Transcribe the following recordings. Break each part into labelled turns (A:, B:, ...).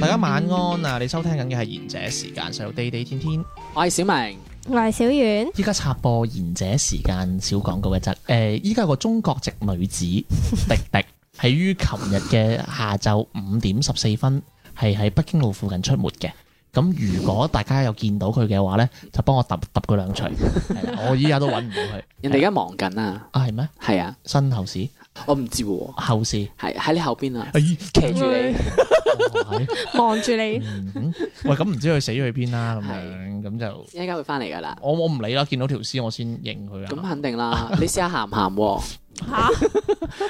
A: 大家晚安啊！你收聽緊嘅係賢者時間，細路地地天天。
B: 我係小明，
C: 我係小遠，
A: 依家插播賢者時間小廣告嘅啫。誒、依家有個中國籍女子迪迪，係於琴日嘅下晝五點十四分，係喺北京路附近出沒嘅。咁如果大家有見到佢嘅話咧，就幫我揼揼佢兩錘。係啦我依家都揾唔到佢。
B: 人哋而家忙緊啊，
A: 啊係咩？
B: 係啊，
A: 身後事
B: 我唔知喎，
A: 後事。
B: 係喺你後邊啊，
A: 哎
B: 騎住你，
A: 哦係
C: 望住你，
A: 嗯喂，咁唔知佢死咗去邊啦，咁樣
B: 係
A: 咁就
B: 一陣間會翻嚟噶啦，
A: 我我唔理啦，見到條屍我先認佢
B: 咁
A: 啊。
B: 肯定啦，你試下鹹唔鹹喎？
C: 吓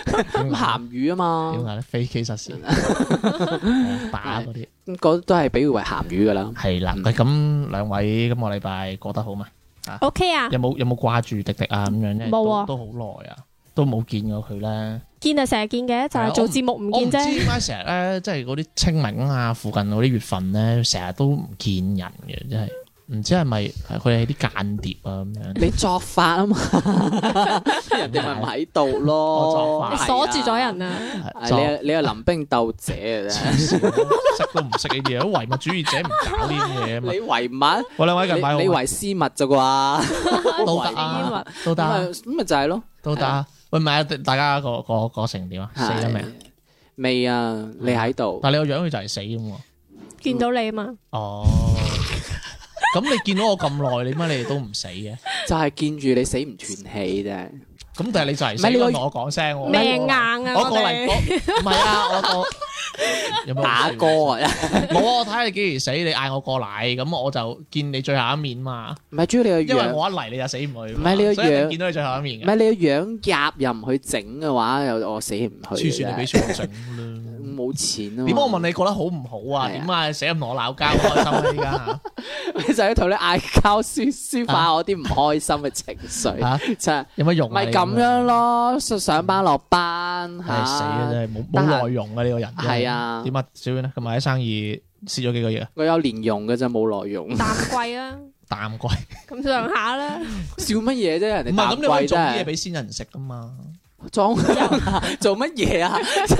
A: 咁
B: 咁鹹魚啊
A: 點
B: 嘛，
A: 解咧？飛機失事哦打嗰啲
B: 咁嗰都係比喻為鹹魚噶啦。
A: 係啦。
B: 嗯
A: 喂，咁兩位今個禮拜過得好嘛？
C: ，OK 啊，
A: 有冇有冇掛住迪迪啊？咁樣咧，
C: 冇啊
A: 都都好耐啊，都冇見過佢咧。
C: 見就成日見嘅，就
A: 係啊
C: 係做節目唔
A: 我唔
C: 見
A: 知
C: 啫。
A: 點解成日咧，即係嗰啲清明啊，附近嗰啲月份咧，成日都唔見人嘅，真係唔知係咪係佢係啲間諜啊咁 樣。
B: 你作法啊嘛，人哋咪唔喺度咯，
A: 我作法
C: 你
A: 係
C: 鎖住咗人啊！
B: 係啊。
A: 作
B: 你你係臨兵鬥者啊！ 真係
A: 黐線識都唔識呢啲嘢，唯物主義者唔搞呢啲嘢啊 嘛
B: 你。唯物，
A: 喂，兩位近排好
B: 你你
A: 嗎
B: 唯私密咋啩？
A: 都得
B: 唯
A: 啊，都得
B: 咁咪
A: 啊
B: 咁咪就係咯。
A: 都得啊。喂，唔係啊，大家個個個成點啊？死咗未啊？
B: 係未啊？你喺度，
A: 但係你個樣佢就係死咁喎。
C: 見到你嘛，
A: 哦， 咁你見到我咁耐，你乜你哋都唔死嘅？
B: 就係見住你死唔斷氣啫。
A: 咁但係你就嚟
B: 唔係
A: 死，
B: 你個
A: 你同我講聲我
C: 命硬啊！
A: 我
C: 我
A: 過嚟
C: 哋
A: 講，唔係啊， 我我有冇
B: 打歌啊？
A: 冇啊！我睇下你幾時死，你嗌我過嚟，咁我就見你最後一面嘛。
B: 唔係主要你
A: 因
B: 個
A: 為
B: 樣，
A: 我一嚟你就死唔去嘛，
B: 唔係你個
A: 所以一定
B: 樣
A: 見到你最後一
B: 唔
A: 面嘅。
B: 係你個樣夾又唔去整嘅話，又我死唔去
A: 黐
B: 嘅
A: 線，你俾
B: 啫。
A: 錢我整啦。
B: 冇錢啊！
A: 點解我問你過得好唔好
B: 係
A: 啊？
B: 啊
A: 點解死咁同我鬧交，我開心啊！依家
B: 你， 你就喺同你嗌交，抒抒發我啲唔開心嘅情緒，
A: 嚇
B: 就係
A: 有乜用啊？
B: 咪
A: 你
B: 咁樣，咯？上上班落班
A: 係死啊！
B: 嚇，
A: 真係冇
B: 得
A: 冇
B: 閒
A: 內容啊！呢個人真
B: 係，啊！
A: 點啊？小遠咧，近排啲生意蝕咗幾個月啊？
B: 我有連用嘅啫，冇內容。
C: 淡季啦，
A: 淡季
C: 咁上下啦，
B: 笑乜嘢啫？人哋
A: 唔係咁，你可
B: 淡季
A: 以做啲嘢
B: 真係
A: 俾先人食噶嘛？
B: 裝 做乜嘢啊？
A: 指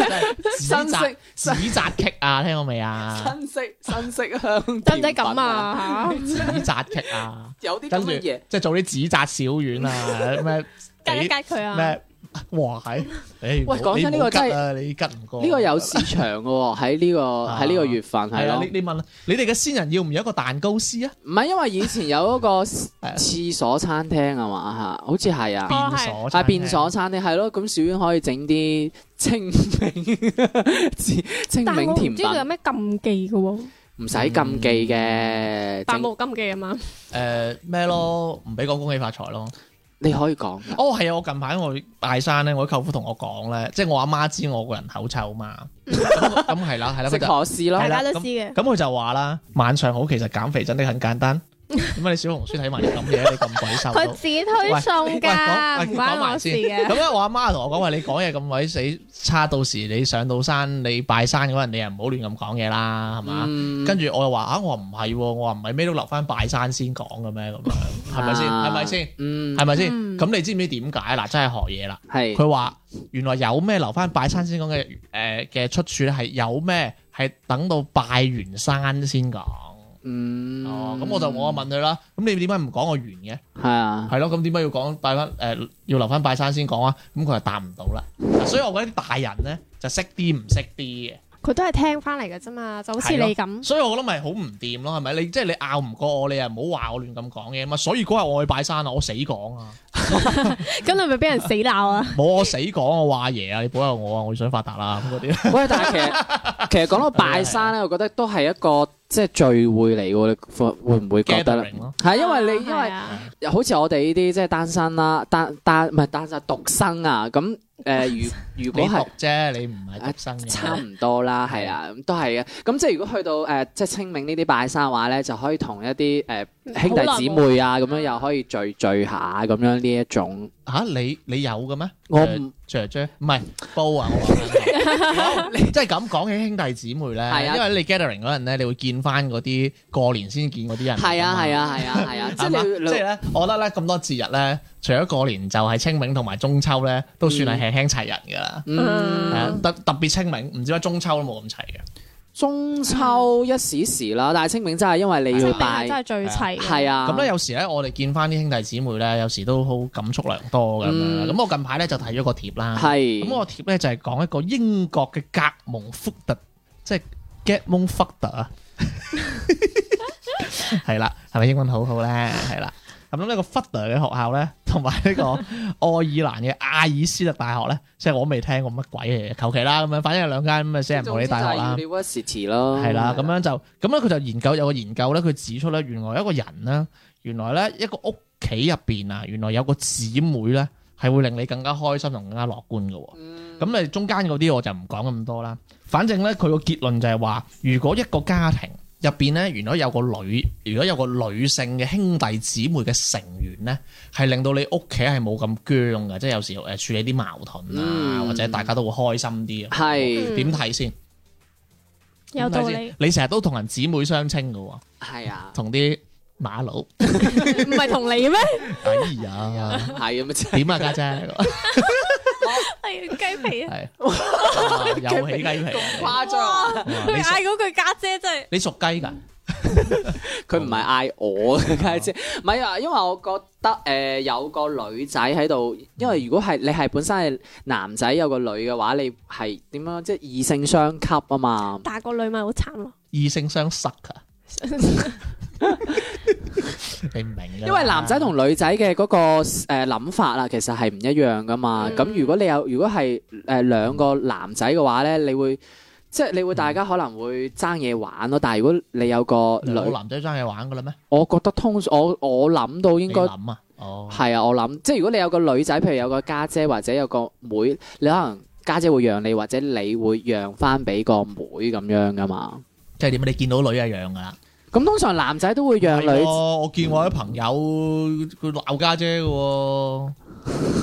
B: 新
A: 責
B: 式
A: 指責棘 啊，聽過未啊？
B: 新式新式香甜
C: 得唔得
B: 品
C: 咁？啊？
A: 指責棘啊，
B: 有啲
A: 跟
B: 咁
A: 住
B: 嘅嘢
A: 即。係做啲指責小丸 啊，咩
C: 吓，吉一
A: 俾
C: 吉佢啊！
A: 咩？哇係，喂
B: 喂講真呢個真係
A: 係你吉唔過
B: 呢個有市場嘅喎，喺呢個喺呢個月份係
A: 哦係啊！
B: 咯
A: 你，你問啦，你哋嘅先人要唔要一個蛋糕師啊？
B: 唔係因為以前有 一個廁所餐廳啊嘛嚇，好似係啊，
C: 哦
A: 變所
B: 係
A: 餐廳
B: 變所餐廳係咯，咁小娟可以整啲清明 清清
C: 但係
B: 明
C: 我
B: 甜
C: 唔知
B: 品，
C: 佢有咩禁忌嘅喎，
B: 唔使禁忌
A: 嗯
B: 嘅，
C: 但
B: 整
C: 冇禁忌啊嘛。
A: 誒咩咯？唔俾講恭喜發財咯。
B: 你可以講㗎，
A: 哦，係啊！我近排我去拜山咧，我啲舅父同我講咧，即係我阿媽知我個人口臭嘛。
C: 嗯
A: 咁咁係啦，係啦，佢
B: 食
A: 就
B: 可士咯
C: 大，
A: 係啦
C: 家都知嘅，
A: 咁佢就話啦，晚上好，其實減肥真的很簡單。點解你小紅書睇埋啲咁嘢，你咁鬼瘦都？
C: 佢自己推送
A: 講
C: 噶，
A: 喂
C: 唔關我事嘅。
A: 咁咧，我阿媽同我講話，你講嘢咁鬼死差，到時你上到山，你拜山嗰陣，你又唔好亂咁講嘢啦，係嘛？
B: 嗯
A: 跟住我又話啊，我話唔係喎，我話唔係咩都留翻拜山先講嘅咩咁樣，係咪先？係咪先？？
B: 嗯，
A: 係咪先？
C: 嗯
A: 咁你知唔知點解？嗱，真係學嘢啦。
B: 係
A: 佢話原來有咩留翻拜山先講嘅誒嘅出處咧，係有咩係等到拜完山先講。
B: 嗯，
A: 哦，咁我就我問佢啦，咁你點解唔講我完嘅？
B: 係 啊，
A: 係咯，咁點解要講拜翻誒、要留翻拜山先講啊？咁佢就答唔到啦。所以我覺得啲大人咧就識啲唔識啲嘅，
C: 佢都係聽翻嚟嘅啫嘛，就好似你咁。
A: 所以我覺得咪好唔掂咯，係咪？你即係你拗唔過我，你又唔好話我亂咁講嘢啊嘛。所以嗰日我去拜山啊，我死講啊，
C: 咁你咪俾人死鬧啊！
A: 冇我死講我話爺啊，你保佑我啊，我想發達啦咁嗰啲。
B: 喂，但係其實其實講到拜山咧，我覺得都係一個即係聚會嚟喎，你會會唔會 覺得咧？
A: gathering 咯，
B: 係因為你因
C: 啊係
B: 為
C: 啊
B: 好似我哋呢啲即係單身啦，單單唔係單身獨生啊，咁誒、 呃如如
A: 你
B: 果係啊
A: 讀啫，你唔係讀生嘅，
B: 差唔多啦，係啦，咁都係嘅。咁即係如果去到誒、呃即係清明呢啲拜山嘅話咧，就可以同一啲誒、呃
C: 嗯
B: 兄弟姊妹啊，咁樣又可以聚聚下咁樣呢一種。
A: 吓你你有嘅咩？
B: 我
A: 誒
B: 唔
A: 雀雀唔係煲啊！我 話緊即係咁講起兄弟姊妹
B: 係
A: 咧，
B: 啊
A: 因為你 gathering 嗰陣咧，你會見翻嗰啲過年先見嗰啲人。
B: 係啊係啊係啊係 啊，即
A: 係嘛，
B: 係
A: 即係
B: 你
A: 咧，我覺得咧咁多節日咧，除咗過年就係清明同埋中秋咧，都算係輕輕齊人㗎啦。係
B: 嗯
A: 啊特特別清明，唔知點解中秋都冇咁齊嘅。
B: 中秋一時時啦，但係啊清明真係因為
C: 清
B: 你要
C: 明係真
B: 拜
C: 係最齊嘅，
B: 係啊，
A: 咁咧有時咧，我哋見翻啲兄弟姊妹咧，有時都好感觸良多咁樣啦。
B: 嗯
A: 咁我近排咧就睇咗個貼啦。
B: 係
A: 咁我貼咧就係講一個英國嘅格蒙福特，即係 get mon f u c t e r 啊， 係啦，係咪英文好好咧？係啦，咁呢個 f u c t e r 嘅學校咧，同埋呢個愛爾蘭嘅阿爾斯特大學咧，即係我未聽過乜鬼嘢，求其啦咁樣，反正有兩間咁嘅死人無理大學啦。
B: University 咯，
A: 係啦，咁樣就咁咧，佢就研究有個研究咧，佢指出咧，原來一個人咧，原來咧一個屋企入邊啊，原來有個姊妹咧，係會令你更加開心同更加樂觀嘅喎。
B: 嗯
A: 咁你中間嗰啲我就唔講咁多啦。反正咧，佢個結論就係話，如果一個家庭入邊咧，原來有個女，如果有個女性嘅兄弟姊妹嘅成員咧，係令到你屋企係冇咁僵嘅，即係有時誒處理啲矛盾啊，
B: 嗯
A: 或者大家都會開心啲啊。
B: 係
A: 點睇先？
C: 有道理，。
A: 你成日都同人姊妹相稱嘅喎，
B: 係啊，
A: 同啲馬佬。
C: 唔係同你 咩？
A: 哎呀，
B: 係咁樣。
A: 點啊家姐？
C: 係雞皮 啊！
A: 係哇又起雞皮啊。
B: 誇張啊！
A: 哇
C: 佢
A: 你屬
C: 嗌嗰句家姐真係
A: 你屬雞㗎？
B: 佢唔係嗌我嘅家姐，唔係啊，因為我覺得誒、呃有個女仔喺度，因為如果係你係本身係男仔有個女嘅話，你係點樣即係異性相吸啊嘛？
C: 但係個女咪好慘咯。
A: 異性相塞啊！ 你唔明㗎啦
B: 因為男仔同女仔嘅嗰個誒諗、法啊，其實係唔一樣噶嘛。
C: 嗯
B: 咁、如果你有如果係誒兩個男仔嘅話咧，你會即係你會大家可能會爭嘢玩咯。但係如果你有個女，
A: 兩個男仔爭嘢玩㗎啦咩？
B: 我覺得通我我諗到應
A: 應
B: 該
A: 該。諗啊，哦，
B: 係啊，我諗即係如果你有個女仔，譬如有個家姐或者有個妹，你可能家姐會讓你，或者你會讓翻俾個妹咁樣噶嘛。
A: 即係點啊？你見到女一樣㗎啦。
B: 咁通常男仔都會讓
A: 係
B: 女
A: 喎，我見我啲朋友佢鬧家姐嘅喎，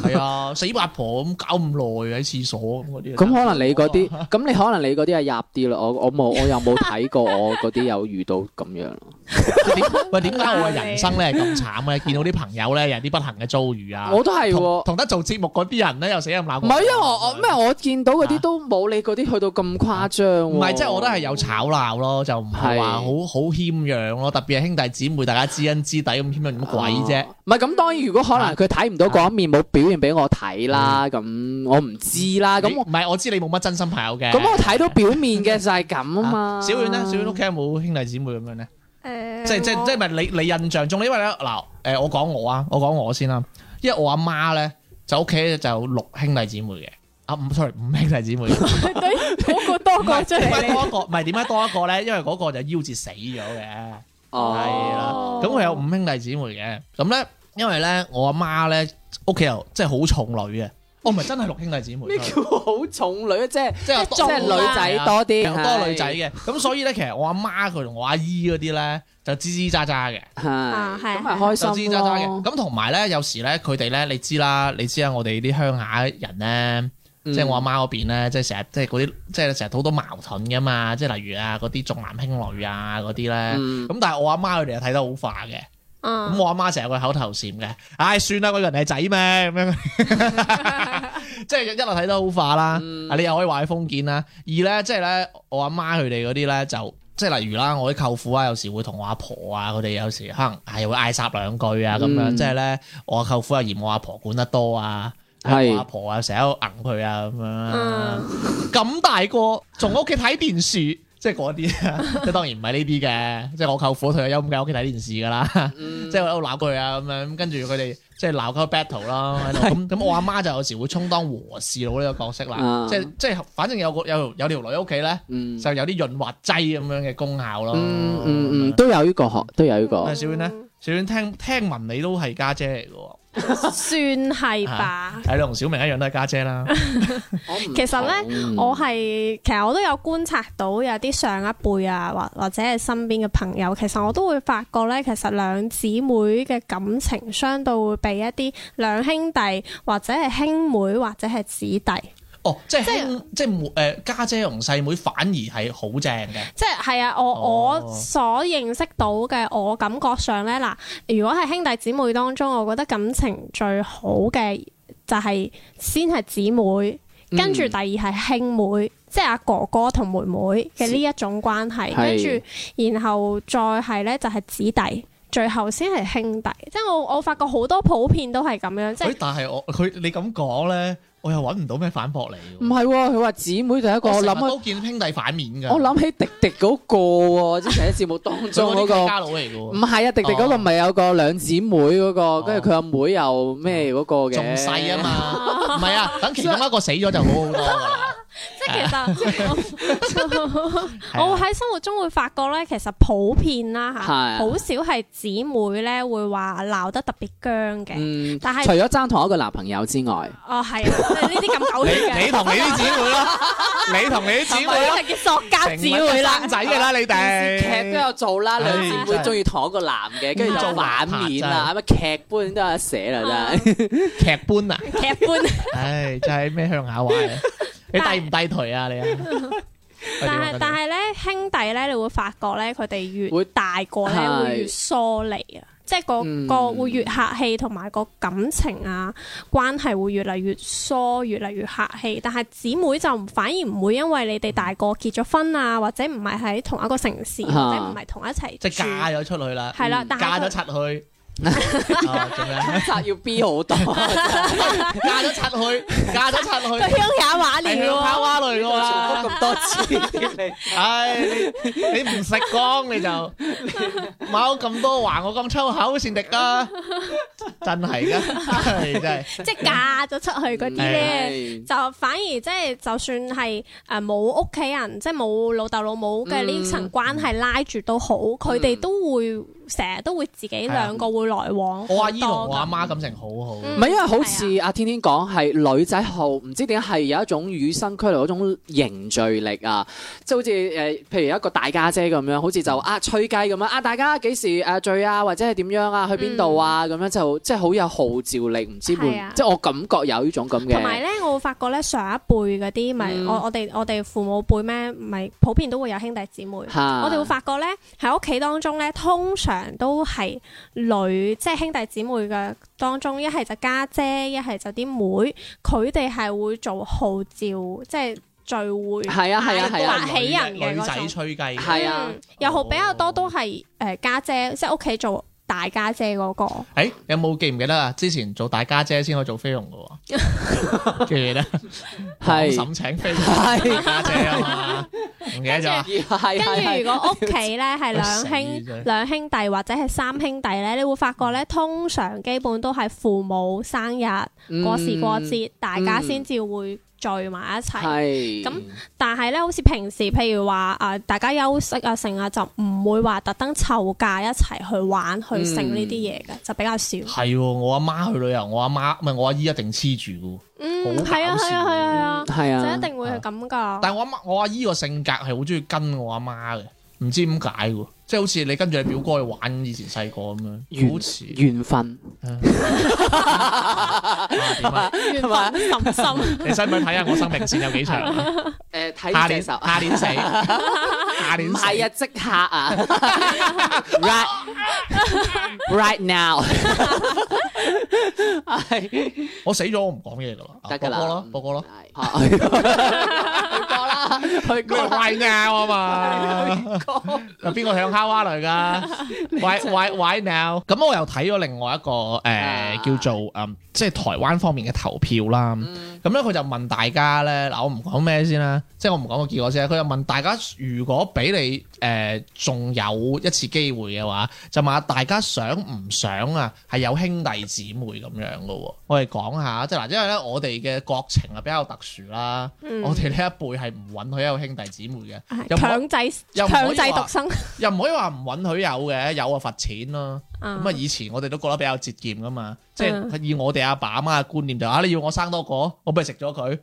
A: 係啊，死八婆咁搞咁耐喺廁所咁嗰啲。啊
B: 咁可能你嗰啲，咁你可能你嗰啲係入啲啦。我我冇，我又冇睇過我嗰啲有遇到咁樣。
A: 點喂點解我嘅人生咧係咁慘咧？見到啲朋友咧有啲不幸嘅遭遇 啊，
B: 我都係
A: 同
B: 喎，
A: 同得做節目嗰啲人咧又死咁鬧
B: 唔
A: 過。
B: 係因為我我咩我見到嗰啲都冇你嗰啲去到咁誇張喎。
A: 啊唔係，即係我都係有炒鬧咯，就唔係
B: 係
A: 話好好謙讓咯。特別係兄弟姊妹，大家知恩知底咁謙讓咁鬼啫啊
B: 哦。唔係咁，當然如果可能佢睇唔到嗰一面，冇表現俾我睇啦，咁我唔知啦。咁
A: 嗯你唔係我知你冇乜真心朋友嘅。
B: 咁我睇到表面嘅就係咁啊嘛。
A: 小遠咧，小遠屋企有冇兄弟姊妹咁樣咧？
C: 誒，
A: 即係即係即係咪你你印象中？因為咧嗱，誒我講我啊，我講我先啦。因為我阿媽咧就屋企就有六兄弟姊妹嘅，啊五 sorry 五兄弟姊妹嘅。
C: 對嗰個多個出
A: 點
C: 嚟
A: 解
C: 你
A: 多一 個？唔係點解多一個咧？因為嗰個就夭折死咗嘅。係啦，
C: 哦
A: 咁佢有五兄弟姊妹嘅。咁咧，因為咧我阿媽咧屋企又即係好重女嘅。我唔係真係六兄弟姊妹，
B: 咩叫好重女？即係
A: 即係
B: 即
C: 重
B: 係
C: 啊
B: 女仔多啲，
A: 又多女仔嘅。咁所以咧，其實我阿媽佢同我阿姨嗰啲咧就吱吱喳喳嘅。
B: 係，
C: 啊係
B: 咁咪開
A: 就知
B: 心
A: 渣渣嘅。
B: 咯。
A: 咁同埋咧，有時咧，佢哋咧，你知啦，你知啦，啊我哋啲鄉下人咧，
B: 嗯
A: 即係我阿媽嗰邊咧，即係成日即係嗰啲，即係成日好多矛盾噶嘛。即係例如啊，嗰啲重男輕女啊嗰啲咧。
B: 嗯
A: 咁但係我阿媽佢哋又睇得好化嘅。
C: 啊
A: 咁我阿媽成日個口頭禪嘅，唉，算啦，嗰個人係仔咩咁 樣，即係一路睇得好化啦。
B: 嗯
A: 啊，你又可以話佢封建啦。二咧，即係咧，我阿媽佢哋嗰啲咧就。即係例如啦，我啲舅父啊，有時會同我阿婆啊，佢哋有時可能係會嗌霎兩句啊咁樣，
B: 嗯
A: 即係咧，我舅父又嫌我阿婆管得多啊，
B: 係
A: 我阿婆啊成日喺度揞佢啊咁樣啦
C: 嗯，
A: 咁大個仲喺屋企睇電視，即係嗰啲啊， 即係當然唔係呢啲嘅，即係我舅父退咗休咁梗係屋企睇電視㗎啦，
B: 嗯
A: 即係喺度鬧佢啊咁樣，咁跟住佢哋即係鬧交 battle 啦，喺度咁咁我阿媽就有時會充當和事佬呢個角色啦
B: 啊，
A: 即係即係反正有個有有條女喺屋企咧，
B: 嗯
A: 就有啲潤滑劑咁樣嘅功效咯。
B: 嗯嗯嗯，都有呢個學，都有呢個
A: 啊小婉咧，小婉聽聽聞你都係家姐嚟嘅喎。
C: 算係吧。
A: 係你同小明一樣都係家姐啦，
C: 其實咧，
B: 嗯
C: 我係其實我都有觀察到有啲上一輩啊，或或者係身邊嘅朋友，其實我都會發覺咧，其實兩姊妹嘅感情相對會比一啲兩兄弟或者係兄妹或者係姊弟，
A: 哦，即
C: 即係
A: 係兄即係誒家姐同細妹反而係好正嘅，
C: 即係係啊，我、
A: 哦
C: 我所認識到嘅，我感覺上咧嗱，如果係兄弟姊妹當中，我覺得感情最好嘅就係先係姊妹，
B: 嗯
C: 跟住第二係兄妹，即係阿哥哥同妹妹嘅呢一種關係，跟
B: 係
C: 住然後再係咧就係子弟。最後先係兄弟，即係我我發覺好多普遍都係咁樣，即係
A: 誒但係我佢你咁講咧，我又揾唔到咩反駁你
B: 唔
A: 喎。
B: 係喎，佢話姊妹就係一個
A: 我
B: 我
A: 諗
C: 啊
B: 諗
A: 都見兄弟反面㗎。
B: 我諗起迪迪嗰個喎，之前喺節目當
A: 做
B: 中嗰個。
A: 家佬嚟㗎
B: 唔
A: 喎，
B: 係啊，迪迪嗰個咪有個兩姊妹嗰個，跟住佢阿妹又咩嗰個嘅，
A: 仲細 啊嘛，唔係啊，等其中一個死咗就好好多㗎啦。
C: 即係 其實我
A: 係啊
C: 我喺生活中會發覺咧，其實普遍啦
B: 係
C: 嚇，
B: 啊
C: 好少係姊妹咧會話鬧得特別僵嘅。
B: 嗯，
C: 但係
B: 除咗爭同一個男朋友之外，
C: 哦，係啊，即係呢啲咁狗
A: 你
C: 血嘅，
A: 你同你啲姊妹 啦，你同你啲姊妹啦
C: 呢，啲叫塑膠姊妹啦。
A: 生仔㗎啦，你哋
B: 劇 都有做啦，
A: 唉
B: 兩姊妹中意同一個男嘅，跟住就反面啦，咁啊劇本都有得寫啦，真係。
A: 劇搬啊！
C: 劇本，
A: 唉，真係咩鄉下話啊！你
C: 但係
A: 低唔低腿啊你啊？
C: 但係但
A: 係
C: 係咧，兄弟咧，你會發覺咧，佢哋越
B: 會
C: 大個咧，
B: 係
C: 會越疏離啊，即係個
B: 嗯
C: 個會越客氣，同埋個感情啊關係會越嚟越疏，越嚟越客氣。但係姊妹就唔反而唔會因為你哋大個結咗婚啊，或者唔係喺同一個城市，或
B: 啊
C: 者唔係同一齊
A: 即
C: 住，
A: 係嫁咗出去啦，
C: 係啦，但
A: 嫁咗
C: 係
A: 出 去。哦做咩 啊
B: 實要 B 好多，
A: 嫁咗出去，嫁咗出
C: 佢佢
A: 去，
C: 鄉下話嚟
A: 係鄉下
C: 喎，
A: 話嚟㗎
B: 重複
A: 嘛？
B: 咁多次，
A: 唉，你你唔食光你就冇咁多話我咁粗口先得㗎，真係㗎，唉真係。
C: 即係啊嫁咗出去嗰啲咧。
A: 嗯
B: 係
C: 就反而即係就算係呃誒冇屋企人，即係冇老豆老母嘅呢層關係拉住都好，佢哋、都會成日都會自己兩個會來往。
A: 啊我阿姨同我阿
C: 媽
A: 媽感情好好，
C: 嗯
B: 唔係因啊為好似阿天天講係女仔好，唔知點解係有一種與生俱來嗰種凝聚力啊，即係好似誒、呃譬如有一個大家姐咁樣，好似
C: 嗯
B: 就啊吹雞咁樣啊，大家幾時誒聚啊，或者係點樣啊，去邊度啊，咁、樣就即係好有號召力，唔知會
C: 嗯係啊
B: 即係我感覺有呢種咁嘅，
C: 同埋咧，我會發覺咧上一輩嗰啲咪
B: 嗯
C: 我我哋我哋父母輩咩，咪普遍都會有兄弟姊妹。
B: 嚇
C: 我哋會發覺咧喺屋企當中咧，通常都係女即係兄弟姊妹嘅當中，一係就家姐，一係就啲妹，佢哋係會做號召，即係聚會。
B: 係啊係啊係啊
C: 白起人嘅
A: 女
C: 嗰種
A: 仔吹雞，
B: 係啊
C: 嗯，又好比較
A: 哦
C: 多都係誒家姐，即係屋企做大家姐嗰個。
A: 诶、有冇記唔記得啊？之前做大家姐先可以做菲佣嘅喎，記唔記得？
C: 嗯
B: 係
A: 審請菲佣
B: 係
A: 家姐啊嘛，唔記得咗啊。
B: 係
C: 跟住如
B: 係
C: 果屋企咧係兩
A: 死
C: 兄
A: 真係
C: 兩兄弟或者係三兄弟咧，你會發覺咧通常基本都係父母生日
B: 嗯
C: 過時過節，大家先至會聚埋一齊。
B: 係
C: 咁但係咧，好似平時譬如話啊、大家休息啊，成啊，就唔會話特登湊假一齊去玩去剩呢啲嘢嘅，就比較少。
A: 係喎，我阿媽去旅遊，我阿媽唔係我阿姨一定黐住嘅喎。
C: 嗯，
A: 好搞
C: 係啊，係啊，係啊，係啊。
B: 係啊，
C: 就一定會係咁噶。
A: 但係我啊阿媽，我阿姨個性格係好中意跟我阿媽嘅，唔知點解喎。即係好似你跟住你表哥去玩以前細個咁樣，好似
B: 緣分。
A: 啊點啊
C: 緣分深深，
A: 你使唔使睇下我生命線有幾長 啊？
B: 誒睇
A: 下
B: 呢
A: 年
B: 隻手
A: 下年死，下年
B: 唔
A: 死
B: 係啊，即刻啊，right right now，係
A: 我死咗我唔講嘢噶啦，
B: 得㗎
A: 啊播
B: 啦
A: 歌咯，，播歌咯。
B: 係，播歌啦，去
A: 咩 right now 啊嘛？嗱，邊個響烤蛙嚟㗎？Why why why now？咁我又睇咗另外一個誒、呃
B: 啊
A: 叫做嗯，即係台灣方面嘅投票啦。咁咧佢就問大家咧，嗱我唔講咩先啦，即係我唔講個結果先啦。佢就問大家，如果俾你誒仲、有一次機會嘅話，就問下大家想唔想啊？係有兄弟姊妹咁樣嘅喎。我哋講下，即係嗱，因為咧我哋嘅國情啊係比較特殊啦，
C: 嗯
A: 我哋呢一輩係唔允許有兄弟姊妹嘅。又唔可
C: 啊強制
A: 又唔可
C: 強
A: 以話
C: 制獨生
A: 又唔可以話唔允許有嘅，有啊罰錢
C: 啊
A: 咯。咁啊，以前我哋都覺得比較節儉噶嘛，即係
C: 嗯
A: 以我哋阿爸阿媽嘅觀念就啊，你要我生多個，我不如食咗 佢。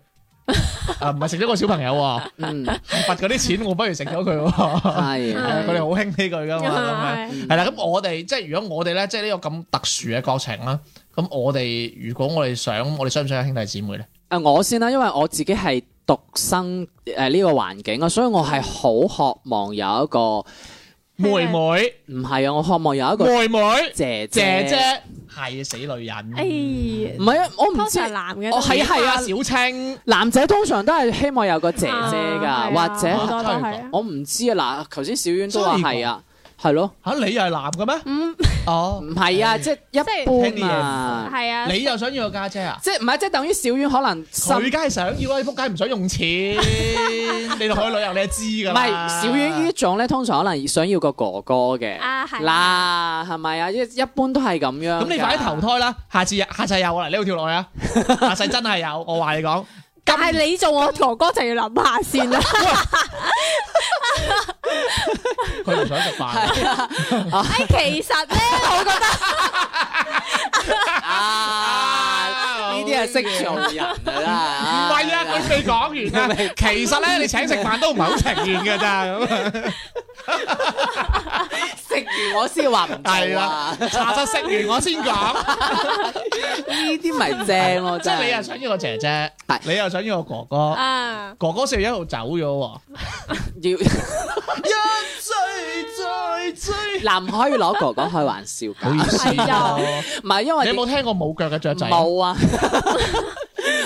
A: 啊，唔係食咗個小朋友喎，
B: 嗯，
A: 罰嗰啲錢，我不如食咗 佢喎。
B: 係
A: 係啊佢哋好興呢句噶嘛，咁樣
C: 係
A: 嗯係啦。咁我哋即係如果我哋咧，即係呢個咁特殊嘅國情啦。咁我哋如果我哋想，我哋想唔想有兄弟姊妹咧？
B: 誒我先啦，因為我自己係獨生誒呢個環境啊，所以我係好渴望有一個
A: 妹妹，
B: 唔係啊，我渴望有一個
A: 妹妹，
B: 姐
A: 姐姐，係死女人。
C: 哎
B: 唔係啊，我唔
C: 通
B: 知
C: 常男嘅
B: 哦
C: 都
B: 係啊係啊
A: 小青。
B: 男仔通常都係希望有個姐姐
C: 啊
B: 㗎，
C: 係啊
B: 或者
C: 好多都
A: 真係
C: 係啊
B: 我唔知啊嗱，頭先小婉都話係啊，係咯，
A: 吓你又係男嘅咩？
C: 嗯
A: 哦，
B: 唔係啊，
A: 嗯
B: 即係一般啊，
C: 係啊，
A: 你又想要個家姐啊？
B: 即係唔係即係等於小婉可能心
A: 佢梗係想要啦，你仆街唔想 用錢，你同佢旅遊你就知
B: 唔
A: 㗎啦。
B: 係小婉呢種咧，通常可能想要個哥哥嘅，
C: 啊係
B: 嗱係咪啊？一一般都係咁樣㗎。
A: 咁你快啲投胎啦！下次下世有啊，嗱呢度跳 落去啊！下世真係有，我話你講。
C: 但係你做我哥哥就要諗下先啦。
A: 佢唔想食飯，
C: 哎，其實咧，我覺得
B: 啊！呢啲係識做人㗎
A: 唔
B: 啦，
A: 係啊，佢未講 完啊。其實咧，你請食飯都唔係好情願㗎咋咁啊。
B: 食完我先話唔
A: 係
B: 做
A: 啦
B: 啊！，
A: 查實食完我先講。
B: 呢啲咪正咯，
A: 啊 即
B: 真
A: 係你又
B: 係。
A: 想要個姐姐
B: 係，
A: 你又想要個哥哥，
C: 啊，
A: 哥哥四月一號走咗喎。啊
B: 要
A: 一追再追，
B: 嗱，唔可以攞哥哥開玩笑
A: 唔好意
B: 㗎，
A: 思
C: 係啊
B: 唔係因為
A: 你有冇聽過冇腳嘅雀仔？，
B: 冇啊，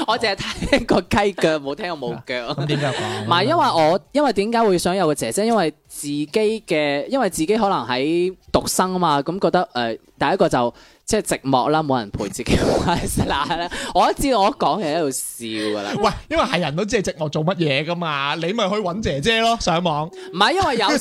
B: 我淨係聽過雞腳，冇聽過冇腳。
A: 咁點解講？
B: 唔係，因為我因為點解會想有個姐姐？因為自己嘅，因為自己可能喺獨生啊嘛，咁覺得誒、呃第一個就即係寂寞啦，冇人陪自己 玩嗱啦。我一知道我一講嘢喺度笑噶啦，
A: 喂，因為係人都知係寂寞做乜嘢噶嘛，你咪去揾姐姐咯，上網。
B: 唔係因為有， 因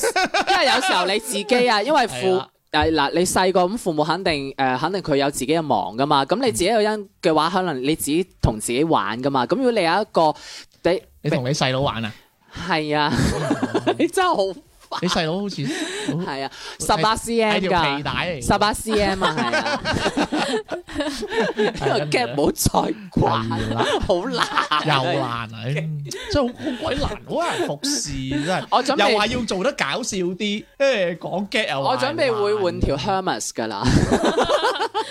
B: 為有時候你自己啊，因為
A: 係
B: 父
A: 啊。
B: 誒嗱，你細個咁，父母肯定誒、呃肯定佢有自己嘅忙噶嘛。咁你自己一個人嘅話，可能你自己同自己玩噶嘛。咁如果你有一個你
A: 你同你細佬玩啊？
B: 係 啊，你真係好
A: 你細佬好似好
B: 係啊，十八 cm
A: 係條皮
B: 㗎。
A: 帶嚟㗎，
B: 十八 cm 啊，係啊， 呢個 gap 唔好再
A: 啊
B: 掛
A: 係啦，
B: 好 難，
A: 又難啊！唉真係好好鬼難，好難服 侍真係。
B: 我準備
A: 又話要做得搞笑啲，誒講 get 又話
B: 我準備會換條
A: 難
B: Hermes 㗎啦，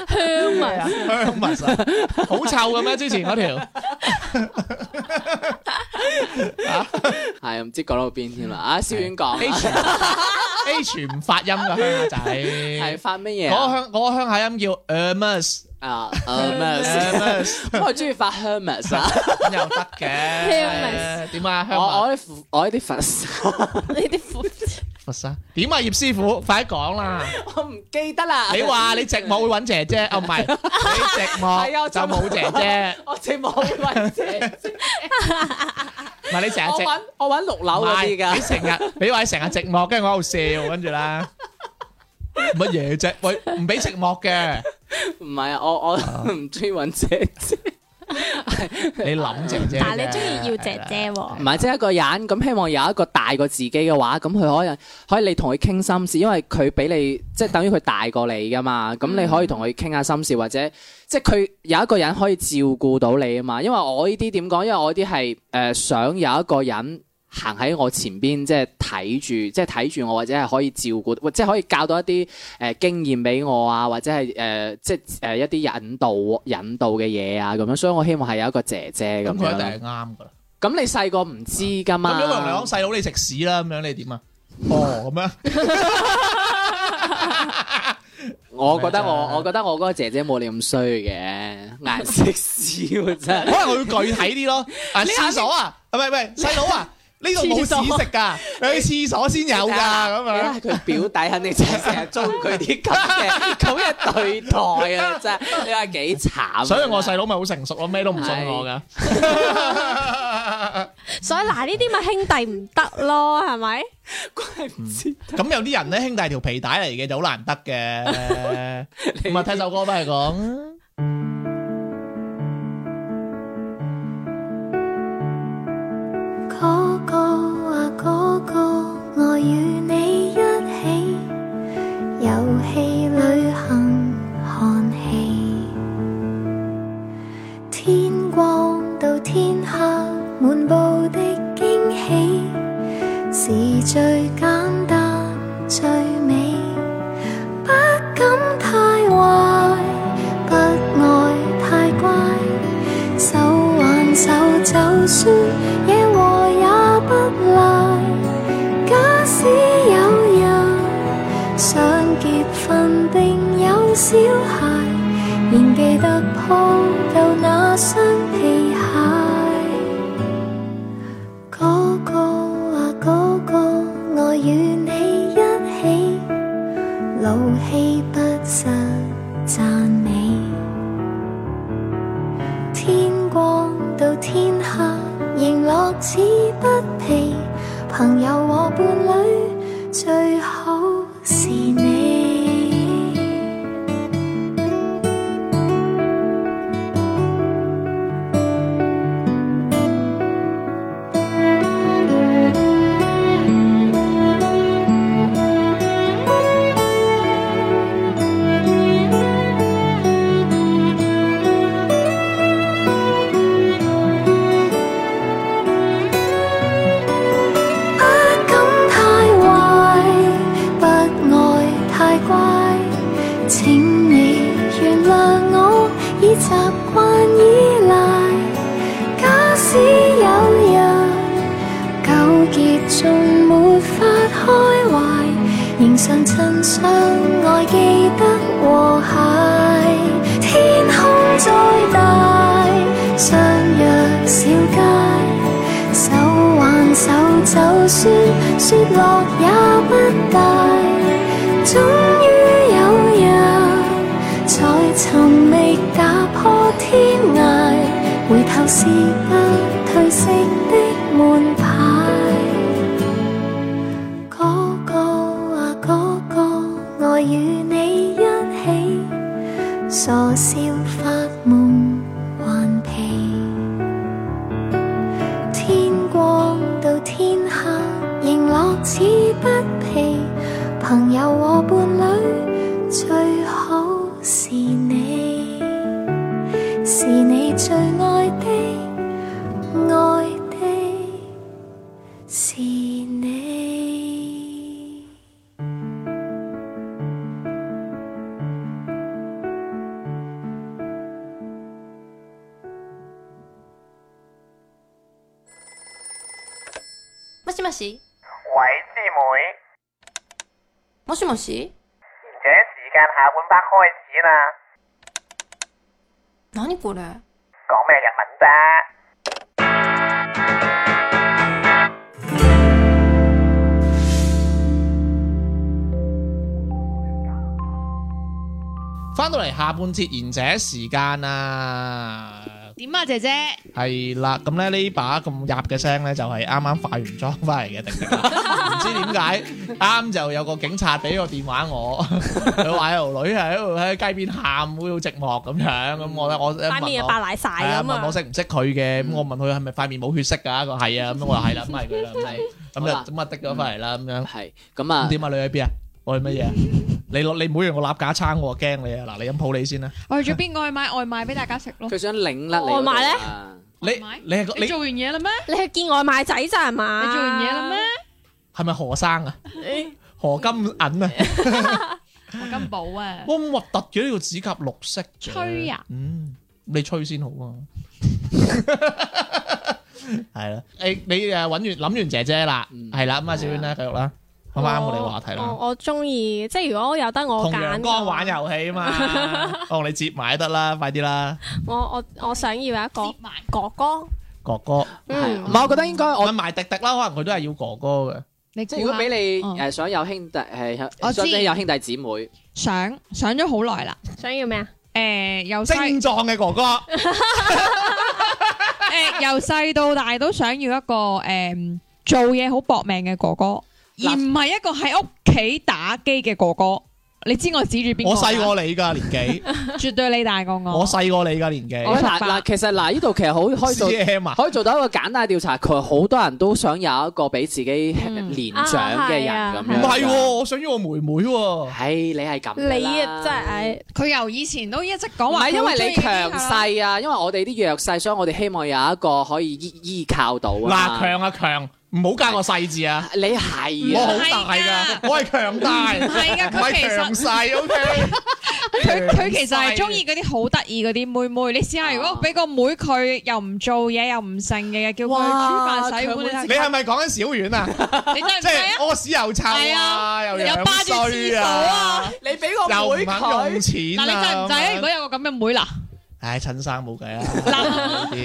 C: 香
A: 係
C: 啊，
A: 啊香蜜啊，好臭嘅咩？之前 嗰條
B: 係啊唔知講到邊添啦。啊，小遠講啊
A: H H 唔發音 㗎香仔，
B: 係
A: 係
B: 發乜嘢
A: 嗰個
B: 啊
A: 鄉嗰個鄉下音叫 Hermes
B: 啊？Hermes，
A: Hermes
B: 我中意發 Hermes 啊，
A: 咁又得嘅
C: Hermes
A: 點啊
B: 我
A: 香蜜
B: 我啲我啲佛手，
C: 你啲褲
A: 佛山點啊葉師傅快啲講啦！
B: 我唔記得啦。
A: 你話你寂寞會揾姐姐啊？唔係你寂
B: 係啊
A: 寞
B: 我
A: 就
B: 就
A: 冇姐姐，
B: 我寂寞揾姐，
A: 唔係你成日
B: 我
A: 寂
B: 揾我揾六樓
A: 唔
B: 嗰啲
A: 係你
B: 㗎，
A: 成日你話你成日寂寞，跟住我喺度笑，跟住啦。乜嘢啫？喂，唔俾寂寞嘅，
B: 唔係啊，我我 唔中意揾姐姐。
A: 你諗姐姐啫。
C: 但係你中意要姐姐
B: 唔
C: 喎，
B: 係即係一個人咁，希望有一個大過自己嘅話，咁佢可以可以你同佢傾心事，因為佢比你即係等於佢大過你噶嘛，咁你可以同佢傾下心事，或者即係佢有一個人可以照顧到你啊嘛。因為我呢啲點講？因為我呢啲係誒想有一個人。行喺我前邊，即係睇住，即係睇住我，或者係可以照顧，或即係可以教到一啲誒、呃、經驗俾我啊，或者係誒、呃即係誒、呃一啲引導引導嘅嘢啊咁樣，所以我希望係有一個姐姐咁
A: 咁佢一
B: 樣
A: 定
B: 咯
A: 係啱噶啦。
B: 咁你細個唔知噶
A: 咁啊
B: 嘛？
A: 如果佢同你講細佬你食屎啦，咁樣你點啊？哦，咁 樣
B: 我覺得
A: 啊
B: 我我覺得我嗰個姐姐冇你咁衰嘅，顏色屎喎真係。
A: 可能我要具體啲咯。啊，廁所啊，啊唔係唔係，細佬啊，啊呢度冇屎食㗎，你去廁所先有㗎咁樣。
B: 你睇下佢表弟肯定真係成日遭佢啲咁 嘅咁嘅對待啊！真係你話幾慘？啊
D: 所以我細佬咪好成熟咯，咩都唔信我噶。
C: 所以嗱呢啲咪兄弟唔得咯，係咪？
B: 怪唔知
A: 咁有啲人咧，兄弟條皮帶嚟嘅就好難得 嘅。啊
B: 你
D: 唔係聽首歌翻嚟講。
E: 嗰個啊嗰個，我與你一起，遊戲旅行看戲，天光到天黑，滿布的驚喜，是最簡單最美，不敢太壞，不愛太乖。手挽手就算惹禍也不賴。假使有人想結婚並有小孩，仍記得抱到那雙皮鞋。嗰個啊嗰個，我與你一起，老氣不實讚美。天光到天黑，仍樂此不疲。朋友和伴侶，最好是你。不敢太壞，不愛太乖，請你原諒我已習慣依賴。假使有人糾結仲沒法開懷，仍常趁相愛記得和諧。天空再大，相約小街。手挽手就算雪落也不大，終於有人在尋覓打破天涯，回頭是不褪色的門牌。嗰個啊嗰個，我與你一起，傻笑發夢頑皮。天光到天黑，仍樂此不疲。朋友和伴侶，最好是你，是你最愛的，愛的是你。
F: もしもし
G: 喂，師妹，
F: もしもし
G: 而且時間下半 part 開始啦，
F: 何これ
G: 講咩日文啫？
A: 翻到嚟下半節賢者時間啊！
H: 點啊，姐姐？
A: 係啦，咁咧呢把咁入嘅聲咧，就係啱啱化完妝翻嚟嘅迪迪啦，唔知點解啱就有個警察俾個電話我， 佢話有條女啊喺度喺街邊喊，好寂寞咁樣，咁我咧我
C: 塊面又
A: 問
C: 白
A: 我。
C: 奶晒
A: 係啊，
C: 咁
A: 問我
C: 啊！
A: 識唔識佢嘅，咁我問佢係咪塊面冇血色㗎？佢話係啊，咁我話係啦，咁係佢啦，咁係
B: 好啦
A: 咁就咁啊滴咗翻嚟啦，咁樣
B: 係咁啊
A: 咁？點啊？你喺邊啊？我係乜 嘢啊？你攞你唔好讓我立架撐，我驚你啊！嗱，你飲普洱先啦。
H: 我去咗邊個去買外賣俾大家食咯？
B: 佢想領甩你啊
C: 外賣呢
B: 呢？
A: 你
H: 唔係
A: 你係個
H: 你
A: 你
H: 做完嘢啦咩？
C: 你去見外賣仔咋係嘛？
H: 你做完嘢啦咩？？
A: 係咪何生啊？何金 銀啊？
H: 我金寶啊，
A: 哇咁核突嘅呢個指甲綠色嘅
H: 吹啊！
A: 嗯，你吹 先好啊。係啦，誒你誒揾完諗完姐姐啦，
B: 嗯
A: 係啦，咁啊小娟咧繼續啦，好啱我哋話題啦。
C: 我我中意，即係如果有得我
A: 同
C: 揀
A: 陽
C: 嘅話，
A: 光玩遊 戲啊嘛，哦你接埋得啦，快啲啦，
C: 我我我想要一個
H: 接埋
C: 哥哥，
A: 哥哥，
B: 係啊
C: 嗯
B: 唔係我覺得應該
A: 我
B: 我
A: 埋迪迪啦，可能佢都係要哥哥嘅。
H: 你
B: 即
H: 即
B: 係如果俾你
H: 哦
B: 誒想有兄弟誒
H: 我
B: 想
H: 知
B: 想有兄弟姊妹，
H: 想想咗好耐啦，
C: 想要咩啊？
H: 誒由細
A: 精壯嘅 哥哥，
H: 誒呃由細到大都想要一個誒做嘢好搏命嘅哥哥，而唔係一個喺屋企打機嘅哥哥。你知我指住邊個？
A: 我細，過你㗎年紀，
H: 絕對你大過我。
A: 我細過你㗎年
H: 我
A: 紀。
B: 嗱
H: 明白
B: 嗱其實嗱呢度其實好可以做
A: C.M. 啊，
B: 可以做到一個簡單嘅調查，佢好多人都想有一個比自己
H: 嗯
B: 年長嘅人咁
A: 唔
C: 啊
B: 樣。
A: 係喎，我想要我妹妹喎。
B: 唉，你係咁㗎啦
C: 你啊，真係唉
H: 佢由以前都一直講
B: 唔
H: 話，
B: 係因為你強。勢啊，因為我哋啲弱勢，所以我哋希望有一個可以依依靠到啊。
A: 嗱，，強啊強，唔好加個細字啊！
B: 你係
A: 我
B: 啊
A: 好大㗎，我係強大，
H: 唔係㗎
A: 唔
H: 佢其
A: 係
H: 實
A: 強勢。O.K.
H: 佢佢其實係中意嗰啲好得意嗰啲妹妹。你試下，如
A: 啊
H: 果俾個妹佢又唔做嘢又唔剩嘅，叫佢
B: 哇
H: 煮飯洗碗，你
E: 啊
H: 睇
A: 你係咪講緊小丸啊？
H: 你真係唔制
A: 即係
H: 啊？
A: 屙屎又臭
H: 係
A: 啊，
H: 啊
A: 又
H: 又
A: 樣
H: 霸住廁
A: 衰
H: 所啊
A: 啊，
B: 你俾個
A: 又唔
B: 妹
A: 肯用
H: 嗱，你
B: 佢，
A: 錢
H: 制唔制啊？如果有個咁嘅妹嗱，
A: 唉，陳生冇計啊！
H: 嗱
A: 你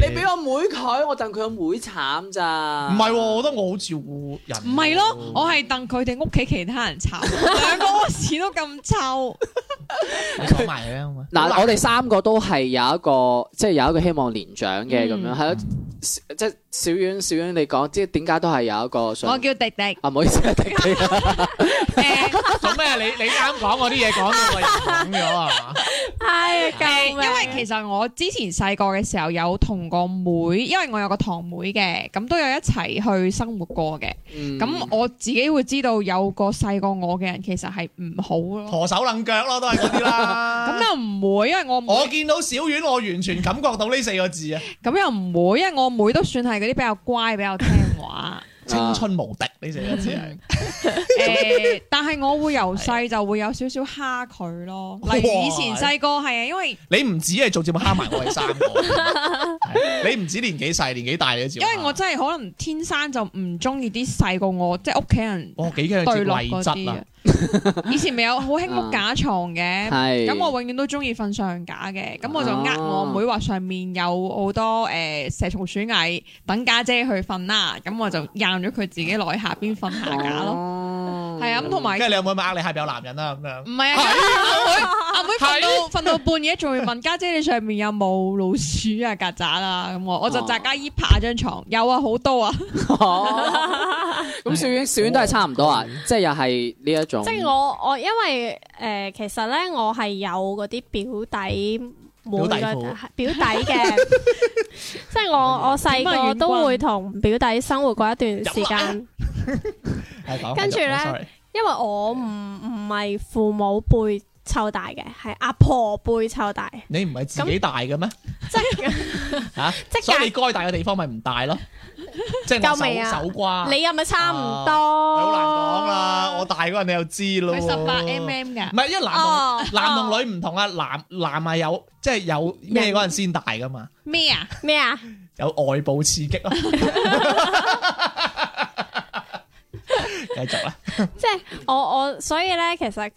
B: 你俾個妹佢，我戥佢個妹慘咋。
A: 唔係喎，我覺得我好照顧人。
H: 唔係咯，我係戥佢哋屋企其他人 臭，兩個屙屎都咁臭。
A: 你講埋佢啊好嘛。
H: 哦
B: 嗱，我哋三個都係有一個，即係有一個希望年長嘅咁樣，
H: 嗯
B: 係咯，即係小遠小遠你講，即係點解都係有一個想
H: 我叫迪迪，
B: 啊，唔好意思，迪迪
H: 誒
A: 做咩啊？你你啱講嗰啲嘢講到我人講咗啊？
C: 唉，
H: 誒
C: 救命！啊
H: 哎因為其實我之前細個嘅時候有同個妹，因為我有個堂妹嘅，咁都有一齊去生活過嘅。
B: 咁
H: 咁我自己會知道有個細過我嘅人其實係唔好咯。
A: 陀手掕腳咯，都係嗰啲啦。
H: 咁又唔會，因為我妹
A: 我見到小丸，我完全感覺到呢四個字啊！
H: 咁又唔會，因為我妹都算係嗰啲比較乖、比較聽話。
A: 青春無敵呢四個字係。
H: 誒，但係我會由細就會有少少蝦佢咯。嗯例如以前細個係因為
A: 你唔止係做節目蝦埋我哋三 個，係你唔止年紀細，年紀大你都照
H: 因
A: 蝦。
H: 為我真係可能天生就唔中意啲細過我，即係屋企人
A: 我幾驚佢
H: 對
A: 接
H: 落
A: 麗
H: 嗰
A: 質
H: 啲
A: 啊
H: 啊！。以前咪有好興屋架床嘅，
B: 啊係
H: 咁我永遠都中意瞓上架嘅，咁我就呃我
B: 哦
H: 妹話上面有好多誒蛇蟲鼠蟻，等家姐去瞓啦，咁我就硬咗佢自己落喺下邊瞓下架咯，
B: 咯
H: 係啊，咁同埋
A: 跟住你有冇咪呃你下邊有男人啊咁樣？
H: 唔係啊，阿妹阿妹瞓到瞓到半夜仲會問家姐你上面有冇老鼠啊曱甴啊咁我，我就
B: 哦
H: 扎家衣爬張床，有啊好多啊，
B: 哦咁小遠小遠都係差唔多
H: 哦
B: 啊，即係又係呢一種。
C: 即係我我因為誒、呃其實咧我係有嗰啲表弟妹
A: 表弟
C: 嗰
A: 褲
C: 表弟 嘅，即係我我細
H: 點啊
C: 個
H: 遠
C: 都
H: 軍
C: 會同表弟生活過一段時
A: 啊
C: 間，
A: 係講
C: 跟住咧因為我唔唔係父母輩湊大嘅，係阿婆輩湊大，
A: 你唔係自己大嘅咩？
C: 即 係
A: 嚇，
C: 即係
A: 所以你該大嘅地方咪 唔大咯，即係我
C: 夠未啊
A: 手手瓜。
C: 你又咪差唔多？
A: 你啊好難講啦，我大嗰陣你又知咯。
H: 哦佢十八 mm 㗎
A: 唔。係，因為男
C: 哦
A: 同男同女唔同啊，男男係有即係有咩嗰陣先大噶嘛，
H: 咩啊？
C: 咩啊？
A: 有外部刺激 咯。 繼續啦，
C: 即係我我所以咧，其實隔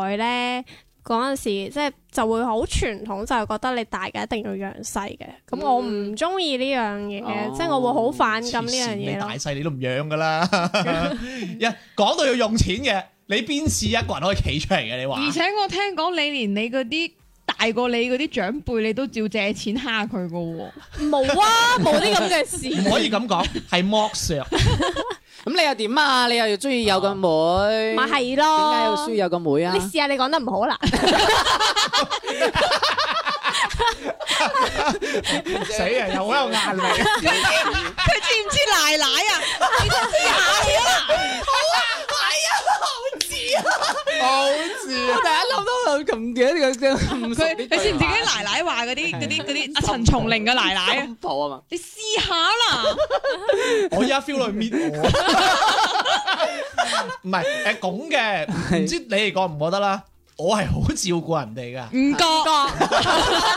C: 代咧嗰陣時，即係就會好傳統，就係覺得你大嘅一定要讓細嘅。
A: 嗯
C: 咁我唔中意呢樣嘢，
B: 哦
C: 即係我會好反感
A: 黐
C: 呢
A: 線
C: 樣
A: 你
C: 嘢
A: 大
C: 咯。
A: 細你都唔養噶啦， 一講到要用錢嘅，你邊試一個人可以企出嚟嘅？你話
H: 而且我聽講你連你嗰啲大過你嗰啲長輩，你都照借錢蝦佢噶喎。
C: 冇啊，冇啲咁 嘅
A: 唔
C: 事。
A: 可以咁講，係剝削。
B: 咁你又點啊？你又要中意有個妹，
C: 咪
B: 咪
C: 係
B: 點解要
C: 咯
B: 中意？有個妹啊
C: 你？試下你講得唔好 啦，
A: 死啊！又好有壓力。
H: 佢知唔知奶奶啊？
A: 好似
B: 我第一諗到咁嘅呢個唔熟
H: 佢
B: 呢
H: 你
B: 對
H: 知唔知
B: 話
H: 啲奶奶話嗰啲嗰啲嗰
A: À,
H: 啲阿陳松伶嘅奶奶啊？
B: 心抱啊嘛？
H: 你試下啦，
A: 我而家 feel 到佢搣我。唔係誒咁嘅，唔知你哋覺唔覺得啦？我係好照顧人哋噶。
H: 唔
B: 嗯
H: 覺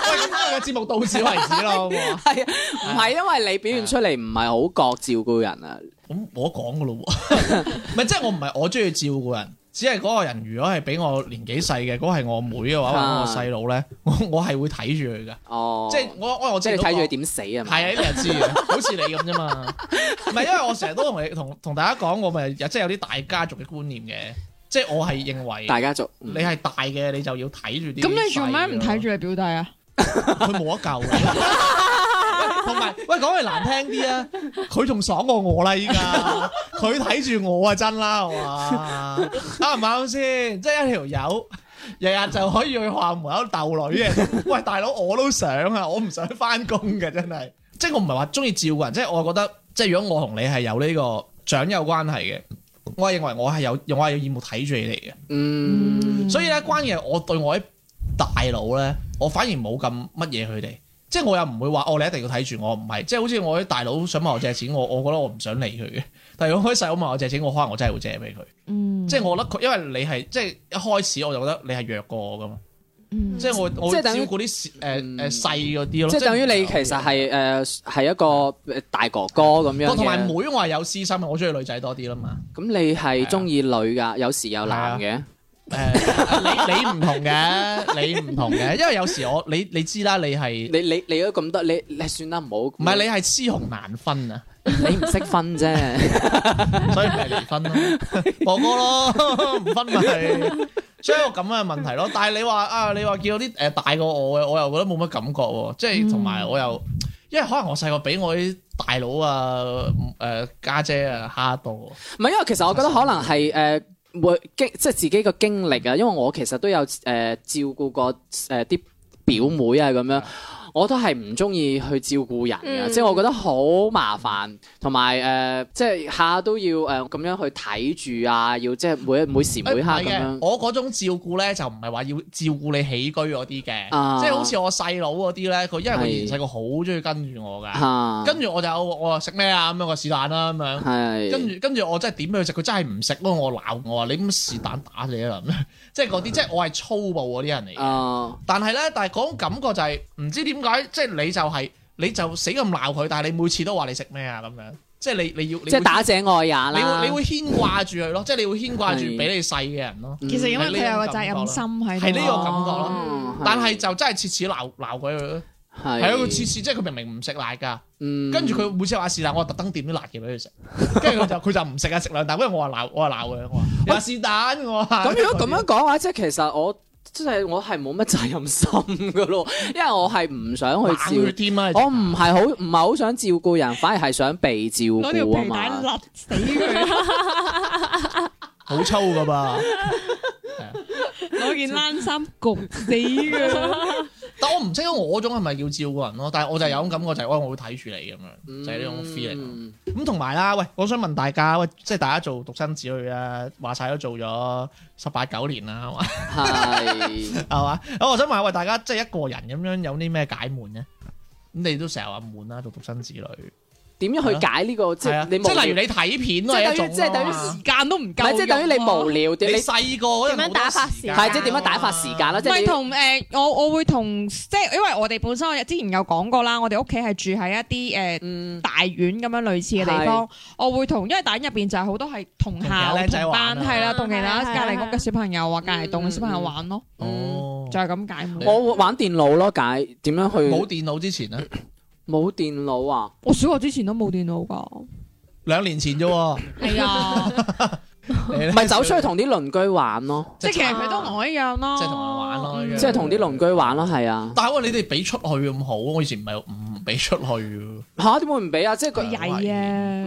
A: 喂，咁今日嘅節目到此為止啦，好唔好啊？
B: 係啊，唔係
A: À.
B: 因為你表現出嚟唔係好覺照顧人啊？
A: 咁我講噶咯喎，唔係即係我唔係我中意照顧人，只係嗰個人如果係比我年紀細嘅，嗰個係我妹嘅話，或者我細佬咧，我我係會睇住佢㗎。
B: 啊哦，
A: 即係我我我
B: 即係你睇住佢點死啊嘛？
A: 係啊，呢啲人知嘅，好似你咁啫嘛。唔係因為我成日都同你同同大家講，我咪有即係有啲大家族嘅觀念嘅，即係我係認為
B: 大家族，嗯
A: 你係大嘅，你就要睇住啲。
H: 咁你做咩唔睇？住你表弟啊？
A: 佢冇得救嘅。同埋，喂，講句難聽啲啊，佢仲爽過我啦！依家佢睇住我啊，真啦，係嘛？啱唔啱先？即係一條友，日日就可以去學校門口鬥女嘅。喂，大佬，我都想啊，我唔想翻工嘅，真係。即係我唔係話中意照顧人，即係我覺得，即係如果我同你係有呢個長幼關係嘅，我係認為我係有，我係有義務睇住你哋嘅。
B: 嗯，
A: 所以咧，關鍵係我對我啲大佬咧，我反而冇咁乜嘢佢哋，即係我又唔會話哦，你一定要睇住我，唔係，即係好似我啲大佬想問我借錢，我我覺得我唔想理佢嘅。 但係如果佢細佬問我借錢，我可能我真係會借俾佢。
H: 嗯，
A: 即係我覺得佢，因為你係即係一開始我就覺得你係弱過我噶嘛，
H: 嗯
A: 即係我我
B: 即
A: 會
B: 係
A: 照
B: 等於嗯
A: 顧啲誒誒細嗰啲咯。
B: 即係等於你
A: 唔
B: 其
A: 係
B: 實係誒係一個呃大哥哥咁樣
A: 我同埋妹，
B: 嘅，
A: 我係有私心嘅，我中意女仔多啲啦嘛。
B: 咁你係中意女㗎，有時有男嘅，
A: 誒， 你你唔同嘅，你唔同嘅，因為有時我你你知啦，你係
B: 你你你都咁多，你你算啦，唔好，
A: 唔係你係雌雄難分啊？
B: 你唔識分啫，
A: 所以咪離婚咯，播歌咯，唔 分咪係。所以有咁嘅問題咯，但係你話啊，你話叫啲誒大過我嘅，我又覺得冇乜感覺喎，即係同埋我又，因為可能我細個俾我啲大佬啊、誒、家姐啊蝦到，
B: 唔係因為其實我覺得可能係誒。會經即係自己個經歷啊，因為我其實都有誒、呃照顧過誒啲、表妹啊咁樣，我都係唔中意去照顧人嘅，
C: 嗯
B: 即係我覺得好麻煩，同埋呃誒即係下下都要誒咁、樣去睇住啊，要即係每每時每刻
A: 嗯哎誒唔
B: 咁
A: 係嘅
B: 樣，。
A: 我嗰種照顧咧就唔係話要照顧你起居嗰啲嘅，
B: 啊
A: 即係好似我細佬嗰啲咧，佢因為佢以
B: 係啊
A: 前細個好中意跟住我㗎，
B: 嚇，
A: 跟住我就我話食咩啊咁樣，我話是但啦咁樣。
B: 係
A: 跟住跟住我真係點俾佢食，佢真係唔食咯。我鬧我啊話你咁是但打你啊啦，咁樣 即係嗰啲，即係我係粗暴嗰啲人嚟嘅。
B: 啊
A: 但係咧，但係嗰種感覺就係、唔知點解，即係你就係、你就死咁鬧佢，但係你每次都話你食咩啊咁樣，即係你你要你
B: 即係
A: 會
B: 打井愛也
A: 你
B: 啦。
A: 會你會牽掛住佢咯，即係你會牽掛住
B: 係
A: 比你細嘅人咯。
B: 嗯
H: 其實因為佢有個責任心喺度，
A: 係呢個感覺咯
B: 哦
A: 但係就真係次次鬧鬧佢咯，
B: 係
A: 係啊！佢次次即係佢明明唔食辣㗎，
B: 嗯
A: 跟住佢每次話是但，我特登點啲辣嘅 俾佢食，跟住佢就佢就唔食啊，食兩啖。跟住我話鬧，我話鬧佢，我話你話是但，我話
B: 咁如果 咁樣講嘅話，即係其實我即係我係冇乜責任心噶咯， 因為我係唔想去
A: 冷血
B: 照，
A: 添啊！
B: 我唔係好唔係好想照顧人，反而係想被照
H: 攞條
B: 顧啊
H: 皮帶
B: 嘛。
H: 勒 死佢，
A: 好粗噶 噃，
H: 攞件冷衫焗死佢。
A: 但我唔清楚我嗰種係咪叫照顧人咯，但係我就有種感覺就係、喂，我會睇住你咁樣，就係呢種 feeling 咯。
B: 嗯
A: 咁同埋啦，喂，我想問大家，喂，即係大家做獨生子女啊，話晒都做咗十八九年啦，係嘛
B: 係
A: 係嘛？咁我想問下，喂，大家即係一個人咁樣有啲咩解悶咧？咁你都成日話悶啦，做獨生子女，
B: 點樣去解呢個？即
A: 係啊，
B: 係
A: 即
B: 你無
A: 係例如
B: 聊，
A: 你睇片
B: 即
A: 都係
B: 係
A: 一
B: 等
A: 種
B: 於即係
A: 啊
B: 等於
A: 嘛
H: 時間都唔
B: 唔
H: 夠用啊，
B: 係即係等於你無聊
A: 你
B: 啲，你
A: 細個嗰陣
C: 點樣
A: 冇
C: 打
A: 多
C: 發
A: 時間啊
C: 時間
B: 係即係點樣打發時間啦？
H: 唔
B: 即係
H: 係
B: 你
H: 同誒，我我會同即係因為我哋本身我之前有講過啦，我哋屋企係住喺一啲
B: 嗯
H: 誒大院咁樣類似嘅地方，我會同因為大院入邊就係好多係同
A: 同其他
H: 校
A: 僆仔
H: 同
A: 玩
H: 班
A: 啊
H: 哦係啦，
C: 嗯
H: 同其他
C: 係啊
H: 隔離屋嘅小朋友啊，隔離棟嘅小朋友
B: 嗯嗯
H: 玩咯，
A: 哦，
H: 就係咁解悶。
B: 我玩電腦咯，解點樣去
A: 冇電腦之前啊咧，
B: 冇電腦啊？
H: 我小學之前都冇電腦㗎，
A: 兩年前啫 喎，
H: 係啊，
A: 你呢
B: 咪走出去同啲鄰居玩咯，
H: 即係其實佢都同我一樣咯，
A: 即係同人玩咯
H: 嗯
A: 一樣
B: 即係同啲鄰居玩咯，係啊。
A: 但係喂，你哋俾出去咁好，我以前唔係唔俾出去喎，
B: 吓點會唔俾啊？即係佢
H: 曳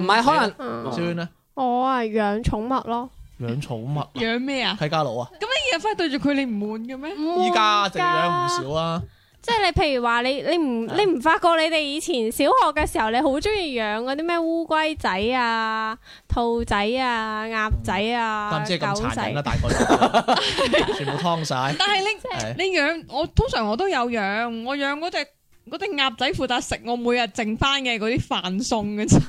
B: 唔
H: 啊，
B: 係可能
C: 嗯
A: 算啦，
C: 我啊養寵物咯，
A: 養寵物啊
H: 養咩啊？
A: 睇家佬啊，
H: 咁你日日翻對住佢，你唔悶嘅咩？
C: 唔
A: 依家
C: 會
A: 淨養唔少啊，
C: 即係你譬如話你你唔你唔發覺你哋以前小學嘅時候，你好中意養嗰啲咩烏龜仔啊、兔仔啊、鴨仔啊
A: 但、即係咁
C: 狗
A: 殘忍啦，
C: 仔。
A: 啊大概 全部劏晒，
H: 但係你
A: 係
H: 你養我通常我都有養，我養嗰只嗰只鴨仔負責食我每日剩翻嘅嗰啲飯餸嘅啫。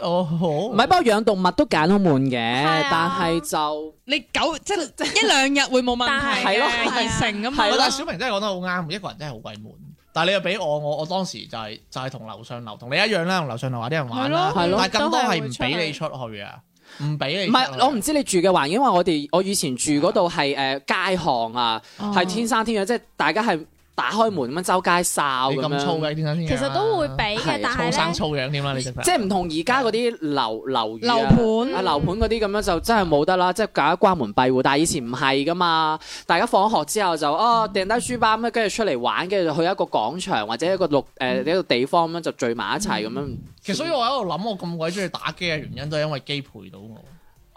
A: 哦好，
B: 唔
A: 唔
B: 係，不過養動物都揀到悶嘅，
C: 啊
B: 但係就
H: 你狗即係一兩日會冇問題
C: 但
H: 嘅，
B: 係咯
C: 係啊
H: 熱成咁嘛
B: 係咯
A: 但係小明真係講得好啱，一個人真係好鬼悶。但係你又俾我，我我當時就係就係同樓上樓同你一樣啦，同樓上樓下啲人玩啦，
H: 係
A: 但
B: 咯
A: 係咁多
C: 都係
A: 係
C: 會
A: 唔俾你出去啊，唔俾
B: 唔
A: 你出去。
B: 係，我唔知你住嘅環境，因為我哋我以前住嗰度係誒街巷啊，
H: 哦
B: 係天生天養，即係大家係打開門咁樣周街哨
A: 你
B: 咁
A: 咁粗
B: 樣，
A: 嘅天生天
C: 其
A: 養啊
C: 實都會俾嘅
B: 係，
C: 但
A: 粗生
C: 係咧，
A: 粗樣添啦，你真
B: 即係唔同而家嗰啲樓樓宇啊
H: 樓盤
B: 啊樓盤嗰啲咁樣就真係冇得啦，即係搞關門閉户。但係以前唔係噶嘛，大家放學之後就哦掟低書包咁樣，跟住出嚟玩，跟住就去一個廣場或者一個綠誒一個地方咁樣就聚埋一齊咁樣。
A: 其實所以我喺度諗，我咁鬼中意打機嘅原因都係因為機陪到我。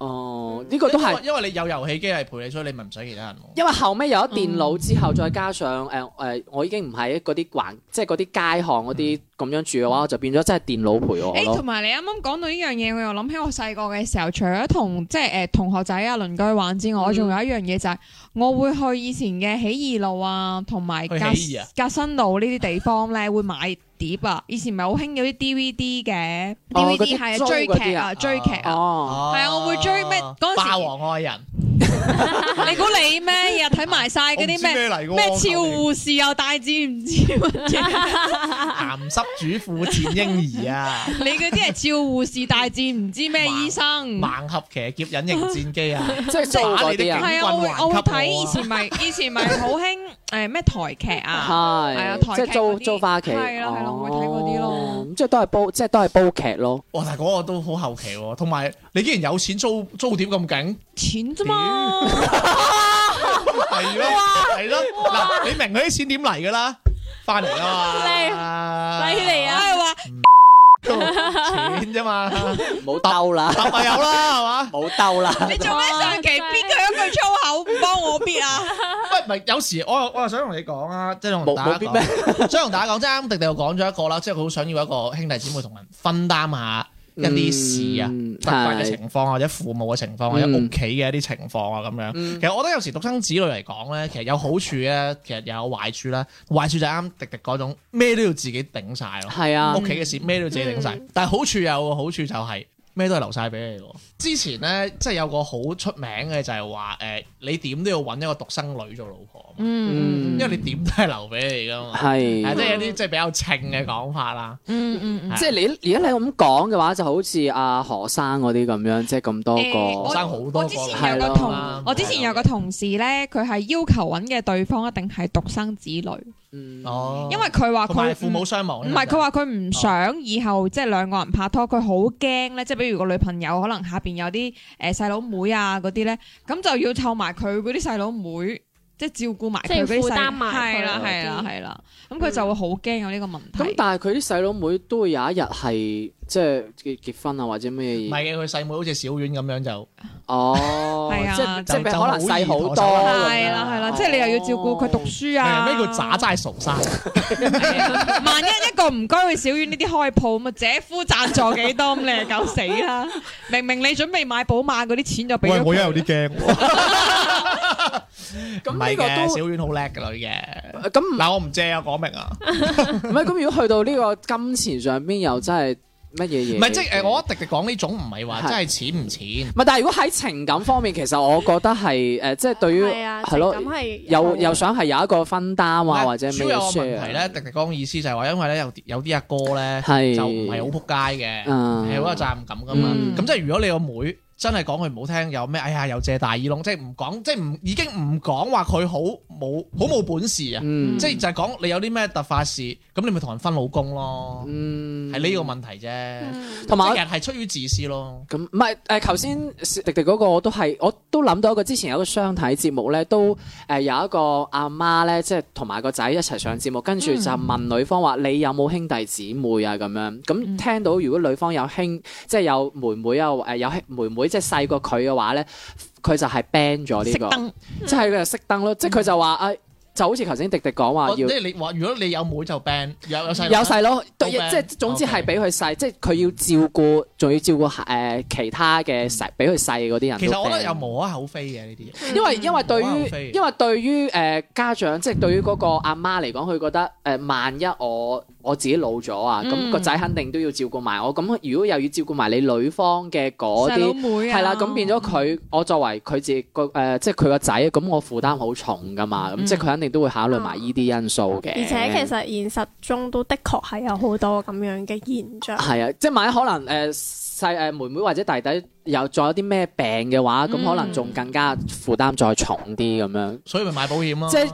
B: 哦，
H: 嗯
B: 呢個都係
A: 因為。因為你有遊戲機係陪你，所以你咪唔使其他人喎。
B: 因為後尾有咗電腦之後，再加上
H: 嗯
B: 誒誒、呃我已經唔喺嗰啲環，即係嗰啲街巷嗰啲咁樣住嘅話，我就變咗真係電腦陪我
H: 嗯誒，
B: 咯
H: 同。埋你啱啱講到呢樣嘢，我又諗起我細個嘅時候，除咗同即係誒同學仔啊、鄰居玩之外，我
F: 嗯
H: 仲有一樣嘢就係我會去以前嘅起義路啊，同埋
A: 去
H: 革
A: 起義啊
H: 革新路呢啲地方咧，會買碟啊。以前咪好興嗰啲 DVD 嘅
B: 哦嗰啲
H: DVD 係啊
B: 租
H: 追
B: 嗰啲
H: 劇啊，追劇啊。
B: 哦，
A: 係
H: 係啊我會追咩嗰陣時
A: 霸王愛人
H: 你估你咩？日 日睇埋晒嗰啲咩？
A: 咩
H: 咩俏護士又大戰唔知乜嘢？
A: 鹹濕主婦戰嬰兒啊，
H: 你嗰啲係俏護士大戰唔知咩醫生？
A: 盲俠騎劫隱形 戰機啊，
H: 哦
B: 即係租嗰啲啊，
H: 係啊，我會我會睇以前咪以前咪好興誒咩台劇啊，
B: 係
H: 係啊台劇
B: 即係租
H: 嗰啲
B: 租花旗，
H: 係啦係啦我會睇嗰啲咯
B: 哦咁即係都係煲，即係都係煲劇咯。
A: 哇！但係嗰個都好後期喎，同埋你竟然有錢租租點咁勁，
H: 錢啫嘛，
A: 係咯係咯，嗱你明佢啲錢點嚟㗎啦，翻嚟 啊嘛，
C: 犀利
H: 我
C: 啊！
H: 係話
A: 錢啫嘛，揼
B: 冇兜啦，
A: 咪有啦係嘛，
B: 冇兜啦。
H: 你做咩上期編佢一句粗口唔幫我編啊？
A: 喂唔係有時我又我又想同你講啊，即係同
B: 冇
A: 大家
B: 冇必咩
A: 講，？想同大家講，即係啱迪迪又講咗一個啦，即係佢好想要一個兄弟姊妹同人分擔下一啲事啊。
B: 嗯
A: 突發嘅
B: 係
A: 情況，或者父母嘅情況，或者
B: 嗯
A: 屋企嘅一啲情況啊咁樣。
B: 嗯
A: 其實我覺得有時獨生子女嚟講咧，其實有好處嘅，其實又有壞處啦。壞處就啱迪迪嗰種咩都要自己頂晒咯，
B: 係啊
A: 屋，企嘅事咩都要自己頂晒。
H: 嗯
A: 但係好處有個好處就係、咩都係留晒俾你喎。之前咧，即係有個好出名嘅就係話誒，你點都要揾一個獨生女做老婆啊嘛，
H: 嗯
A: 因為你點都係留俾你噶嘛。係即
B: 係。
A: 係有啲即係比較稱嘅講法啦。
H: 嗯嗯
B: 即係你而家你咁講嘅話，就好似阿何生嗰啲咁樣，即係咁多
H: 誒我
A: 學
B: 個。
A: 生好多個
H: 我之前有個
B: 係
H: 同
A: 啦
H: 我之前有個同事咧，佢係要求揾嘅對方一定係獨生子女，
B: 嗯
A: 哦，
H: 因為佢話
A: 同埋
H: 佢
A: 父母雙亡。
H: 唔係佢話啊佢唔想以後即係兩個人拍拖，佢好驚咧，即係比如個女朋友可能下邊有啲誒細佬妹啊嗰啲咧，咁就要湊埋佢嗰啲細佬妹， 即係照顧埋
C: 即係
H: 佢嗰啲細
C: 負擔埋佢
H: 係啦
C: 嗰啲
H: 係啦係啦，咁佢就會好驚有呢個問題。
B: 咁但係佢啲細佬妹都會有一日係即係結結婚啊，或者咩
A: 唔
B: 嘢？
A: 係嘅，佢細妹好似小丸咁樣就
B: 哦，
H: 係啊
B: 即係即
A: 就
B: 係可能細好多
A: 就好
B: 咁樣。哦
H: 係啦係啦，即係你又要照顧佢讀書 啊！
A: 咩叫渣？渣傻生？
H: 萬一一個唔該去小院呢啲開鋪，咁啊姐夫贊助幾多咁，你係夠死 啦！明明你準備買寶馬嗰啲錢就俾咗佢
A: 啲驚。
B: 咁
A: 唔
B: 呢
A: 係嘅，
B: 個
A: 小丸好叻嘅女嘅。
B: 都咁唔
A: 嗱，我唔借啊，講明啊。
B: 唔係咁，如果去到呢個金錢上邊，又真係乜嘢嘢？
A: 唔係即係誒，我一迪迪講呢種唔係話
B: 係
A: 真係錢唔錢
B: 唔。係，但係如果喺情感方面，其實我覺得係誒，即係對於
C: 係啊，
B: 係咯
C: 情，感係啊
B: 又又想係有一個分擔啊，或者咩
A: 主要有個問題
B: share 啊
A: 咧，迪迪講意思就係話，因為咧有啲有啲阿哥咧
B: 係
A: 就唔係好撲街嘅，
B: 嗯
A: 係好有責任感噶嘛。
H: 嗯
A: 咁即係如果你個妹真係講句唔好聽，有咩哎呀又借大耳窿，即係唔講，即係唔已經唔講話佢好冇好冇本事啊。
B: 嗯，
A: 即係就係講你有啲咩突發事，咁你咪同人分老公咯，
B: 嗯
A: 係呢個問題啫。
B: 同埋
A: 即係
B: 我
A: 其實係出於自私咯。
B: 咁唔係誒，頭先迪迪嗰個我都係，我都諗到一個之前有個相睇節目咧，都誒、有一個阿媽咧，即係同埋個仔一齊上節目，跟
H: 嗯
B: 住就問女方話：你有冇兄弟姊妹啊？咁樣
H: 嗯
B: 咁聽到如果女方有兄，即係有妹妹啊，誒、有兄妹妹，即係細過佢嘅話咧，佢就係 ban 咗呢
H: 熄
B: 個，
H: 燈。
B: 即係佢就熄燈咯，即係佢就話誒、就好似頭先迪迪講話
A: 我即
B: 要。
A: 係你話，如果你有妹就 ban，有有細佬
B: 有細佬，對
A: ban
B: 即係總之
A: OK
B: 係俾佢細，即係佢要照顧，仲要照顧誒、其他嘅細，俾佢細嗰啲人。
A: 嗯其實我覺得有無可厚非嘅呢啲嘢。
B: 因為因為對
A: 無可厚非
B: 於因為對於誒、呃家長，即係對於嗰個阿媽嚟講，佢覺得誒、呃、萬一我我自己老咗啊，咁
H: 嗯
B: 個仔肯定都要照顧埋我。咁如果又要照顧埋你女方嘅嗰
H: 細佬
B: 啲，
H: 妹啊，
B: 係啦，咁變咗佢，我作為佢自己個誒，即係佢個仔，咁我負擔好重噶嘛，
A: 嗯
B: 咁即係佢肯定都會考慮埋呢啲因素嘅。
C: 而且其實現實中都的確係有好多咁樣嘅現象。
B: 係啊，即係萬一可能诶細诶妹妹或者弟弟有仲有啲咩病嘅話，
H: 嗯
B: 咁、可能仲更加負擔再重啲咁樣。
A: 所以咪買保險咯。
B: 即係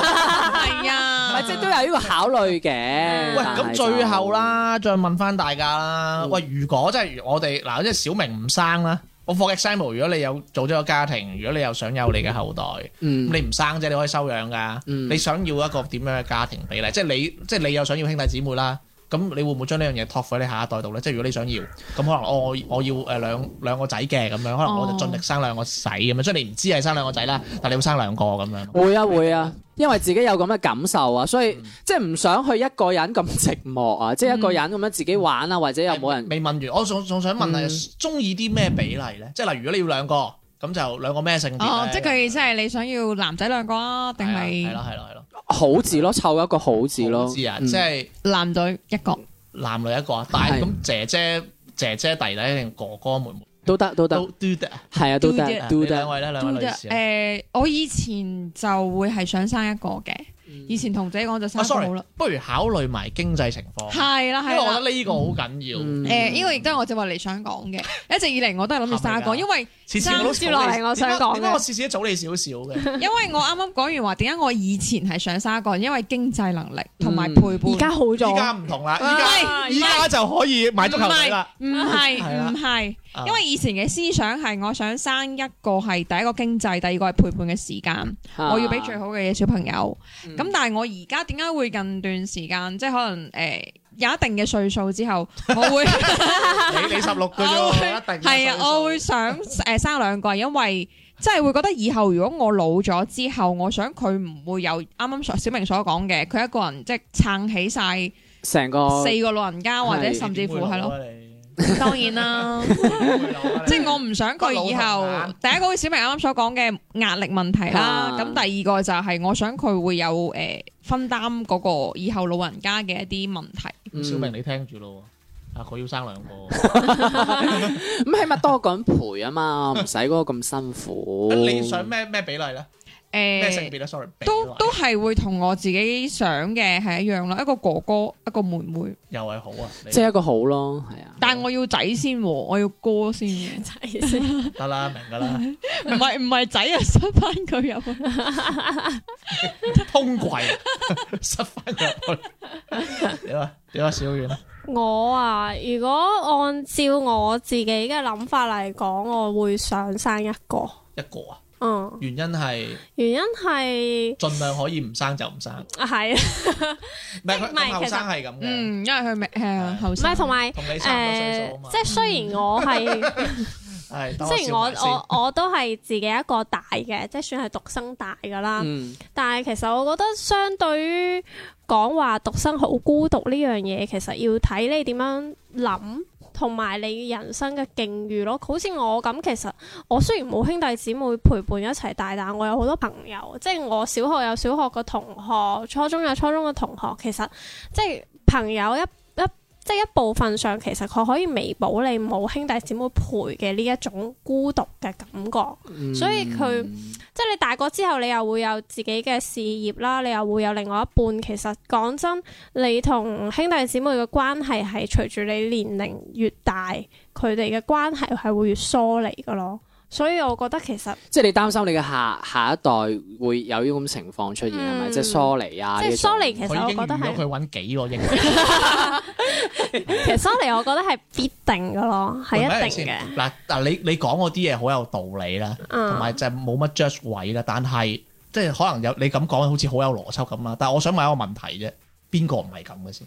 H: 係啊，
B: 唔係，即係都有呢個考慮嘅。
H: 嗯
A: 喂，
B: 但係
A: 咁
B: 就嗯
A: 最後，啦，再問翻大家啦。喂，如果真係我哋嗱，即係小明唔生啦，我 for example，如果你有做咗個家庭，如果你又想有你嘅後代，咁
B: 嗯，
A: 你唔生啫，你可以收養噶。
B: 嗯
A: 你想要一個點樣嘅家庭比例？即係你，即係你又想要兄弟姊妹啦。咁你會唔會將呢樣嘢托付喺你下一代度咧？即係如果你想要，咁可能哦我我要誒兩兩個仔嘅咁樣，可能我就盡力生兩個仔咁樣。雖然你唔知係生兩個仔啦，但你會生兩個咁樣。
B: 會啊會啊，因為自己有咁嘅感受啊，所以、
A: 嗯
B: 即係唔想去一個人咁寂寞
H: 嗯
B: 啊，即係一個人咁樣自己玩啊，或者又冇人。
A: 未問完，我仲仲想
H: 嗯
A: 問係中意啲咩比例咧？即係例如如果你要兩個，咁就兩個咩性別
H: 哦，
A: 呢啊
H: 即係佢嘅意思係你想要男仔兩個啊，定
A: 係
H: 係
A: 啦係啦係啦，
B: 好字咯，湊一個好字
A: 我
B: 咯。
A: 唔知啊，
B: 嗯
A: 即係
H: 男女一個？
A: 男女一個啊，但係
B: 係
A: 咁姐姐姐姐弟弟定哥哥妹妹
B: 都得都得，
A: 都都得啊，
B: 係啊都
H: 都得
B: 得都
A: 你兩
B: 得。
A: 位咧兩位女士啊。
H: 誒，我以前就會係想生一個嘅，
B: 嗯
H: 以前同自己講就生
A: 嗯啊
H: 一個
A: ，sorry，
H: 好啦，
A: 不如考慮埋經濟情況，
H: 係啦
A: 因為
H: 係
A: 我
H: 啦
A: 覺。得呢個好緊要。
B: 嗯
H: 誒，呢個亦都係我正話嚟想講嘅，一直以嚟我都係諗住生一個，
A: 係咪㗎啊
H: 因為
A: 次次我都早
C: 接落
A: 你
C: 嚟我想講嘅
A: 點解我次次都早你少少 嘅？
H: 因為我啱啱講完話，點解我以前係想生一個，因為經濟能力同埋
B: 嗯
H: 陪伴。
C: 而家好
A: 依家
C: 咗，
A: 唔同啦，
H: 啊
A: 依家依家就可以買足球隊啦。
H: 唔係
A: 係啦
H: 唔係，
A: 啊
H: 因為以前嘅思想係我想生一個係第一個經濟，第二個係陪伴嘅時間，
B: 啊
H: 我要俾最
B: 好。
H: 好嘅嘢小朋友。
B: 嗯
H: 咁但係我而家點解會近段時間，即係可能誒有一定嘅歲數之後，我會。
A: 你你十六嘅
H: 我會
A: 啫，一定
H: 係啊，我會想诶生兩個，因為即係會覺得以後如果我老咗之後，我想佢唔會有啱啱所小明所講嘅，佢一個人即係撐起晒
B: 成個
H: 四個老人家，或者
B: 係
H: 甚至乎係
A: 啊
H: 咯，
A: 咯，
H: 當然啦，即
A: 即
H: 係我唔想佢以
A: 不老
H: 後
A: 童啊
H: 第一個好似小明啱啱所講嘅壓力問題啦，
B: 啊
H: 咁第二個就係我想佢會有诶分擔嗰個以後老人家嘅一啲問題。
B: 嗯
A: 小明你聽住咯喎，啊佢要生兩 個，哦
B: 咁起碼多個人陪啊嘛，唔使嗰個咁辛苦。
A: 你想咩咩比例咧？
H: 诶
A: 咩性別咧？sorry，比例啊
H: 都都係會同我自己想嘅係一樣啦，一個哥哥，一個妹妹，
A: 又係好啊，你
B: 即係一個好咯，係啊。
H: 但係我要仔先喎，我要哥先喎，
A: 得啦，明㗎 啦，
H: 唔係唔係仔啊，塞翻佢入去。
A: 通櫃 啊塞翻佢入去，點啊點啊，小遠啊
C: 我啊，如果按照我自己嘅諗法嚟講，我會想生一個。
A: 一個啊，
C: 嗯，
A: 原因係
C: 原因係
A: 盡量可以唔生就唔生，唔
C: 啊係啊，唔係
A: 係佢咁後生係咁嘅，
H: 嗯，因為佢未
A: 啊
H: 誒後
C: 唔
H: 生
C: 係，同埋
A: 同你差唔多歲數啊
C: 誒
A: 嘛，
C: 即係雖然我係。
A: 係 等
C: 雖然
A: 笑埋先
C: 我我我都係自己一個大嘅，即係算係獨生大噶啦。
B: 嗯
C: 但係其實我覺得相對於講話獨生好孤獨呢樣嘢，其實要睇你點樣諗，同埋你人生嘅境遇咯。好似我咁，其實我雖然冇兄弟姊妹陪伴一齊大，但我有好多朋友，即係我小學有小學嘅同學，初中有初中嘅同學。其實即係朋友一一即係一部分上，其實佢可以彌補你冇兄弟姊妹陪嘅呢一種孤獨嘅感覺。
B: 嗯
C: 所以佢即係你大個之後，你又會有自己嘅事業啦，你又會有另外一半。其實講真，你同兄弟姊妹嘅關係係隨住你年齡越大，佢哋嘅關係係會越疏離噶咯。所以我覺得其實
B: 即係你擔心你嘅下下一代會有呢種情況出現係咪？
C: 嗯
B: 即係疏離啊，
C: 即係
B: 呢種
C: 疏離，其實
A: 佢
C: 我
A: 已經
C: 覺得
A: 預咗佢
C: 係
A: 揾幾個英文。
C: 其實疏離，我覺得係必定噶咯，係一 定嘅。
A: 嗱嗱，你你講嗰啲嘢好有道理啦，
C: 嗯
A: 同埋就係冇乜 judge 位啦。但係即係可能有你咁講，好似好有邏輯咁啦。啊但係我想問一個問題啫，邊個唔係咁嘅先？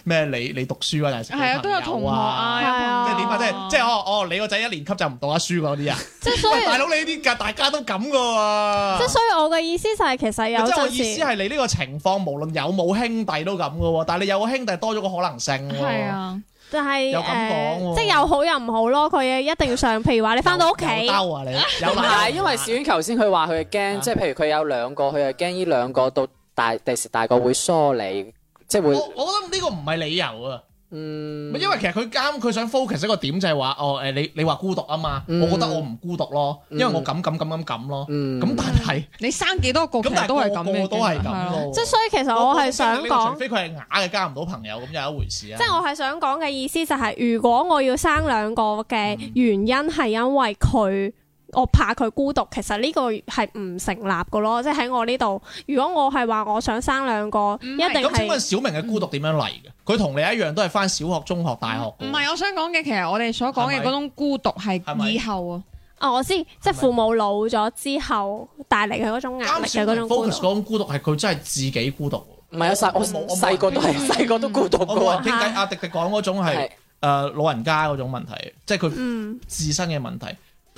A: 咩？你你讀書嗰陣時，
H: 係啊，都有同學啊，
C: 係啊
A: 即
H: 有朋
A: 係點
H: 友
A: 啊？即係即係哦哦，你個仔一年級就唔讀得書嗰啲啊？
C: 即係所以
A: 喂，，大佬你呢啲㗎大家都咁噶
C: 即係
A: 喎。
C: 所以我嘅意思就係其實有
A: 即係我
C: 陣
A: 意思
C: 時。
A: 係你呢個情況，無論有冇兄弟都咁噶喎，但係你有個兄弟多咗個可能性喎。
H: 係啊，
C: 但係
A: 有咁講喎
C: 誒，即係有好有唔好咯。佢嘅一定上，譬如話你翻到屋企，
A: 有兜啊你，有
B: 唔係因為小婉頭先佢話佢係
A: 啊
B: 驚，即係譬如佢有兩個，佢係驚呢兩個到大第時大個會疏離。即係會
A: 我我覺得呢個唔係理由啊，
B: 嗯，
A: 因為其實佢啱佢想 focus 一個點就係話，哦誒你你話孤獨啊嘛，
B: 嗯
A: 我覺得我唔孤獨咯，
C: 嗯
A: 因為我咁咁咁咁咁咯，
B: 嗯
A: 咁但 係
H: 你生幾多個其
A: 咁
H: 實
A: 但
H: 都係
A: 係
H: 咁
A: 個
H: 嘅，
A: 個都係
H: 係
A: 咁
H: 啊。
A: 咯。
C: 即係所以其實我係想講
A: 除。非佢係啞嘅交唔到朋友咁又一回事啊。
C: 即係我係想講嘅意思就係、如果我要生兩個嘅
A: 嗯
C: 原因係因為佢。我怕佢孤獨，其實呢個係唔成立嘅咯，即係喺我呢度。如果我係話我想生兩個，
H: 唔係
C: 一定
A: 咁請問
C: 係
A: 小明嘅孤獨點樣嚟嘅？佢同你一樣都係翻小學、中學、大學
H: 唔
A: 㗎。
H: 係，我想講嘅，其實我哋所講嘅
A: 係咪
H: 嗰種孤獨
A: 係咪
H: 係以後 啊，
C: 啊，我知，即係父母老咗之後帶嚟佢嗰種壓力
A: 啱
C: 嘅
A: 小
C: 嗰
A: 明
C: 種孤
A: focus 嗰
C: 獨。
A: 種孤獨係佢真係自己孤獨喎。
B: 唔係啊，細我
A: 冇我冇
B: 細個都係
A: 人
B: 細個都孤獨
A: 我冇啊
B: 嘅
A: 人傾偈，阿迪迪講嗰種
B: 喎，
A: 係
B: 係
A: 誒老人家嗰種問題，即係佢
C: 嗯，
A: 自身嘅問題。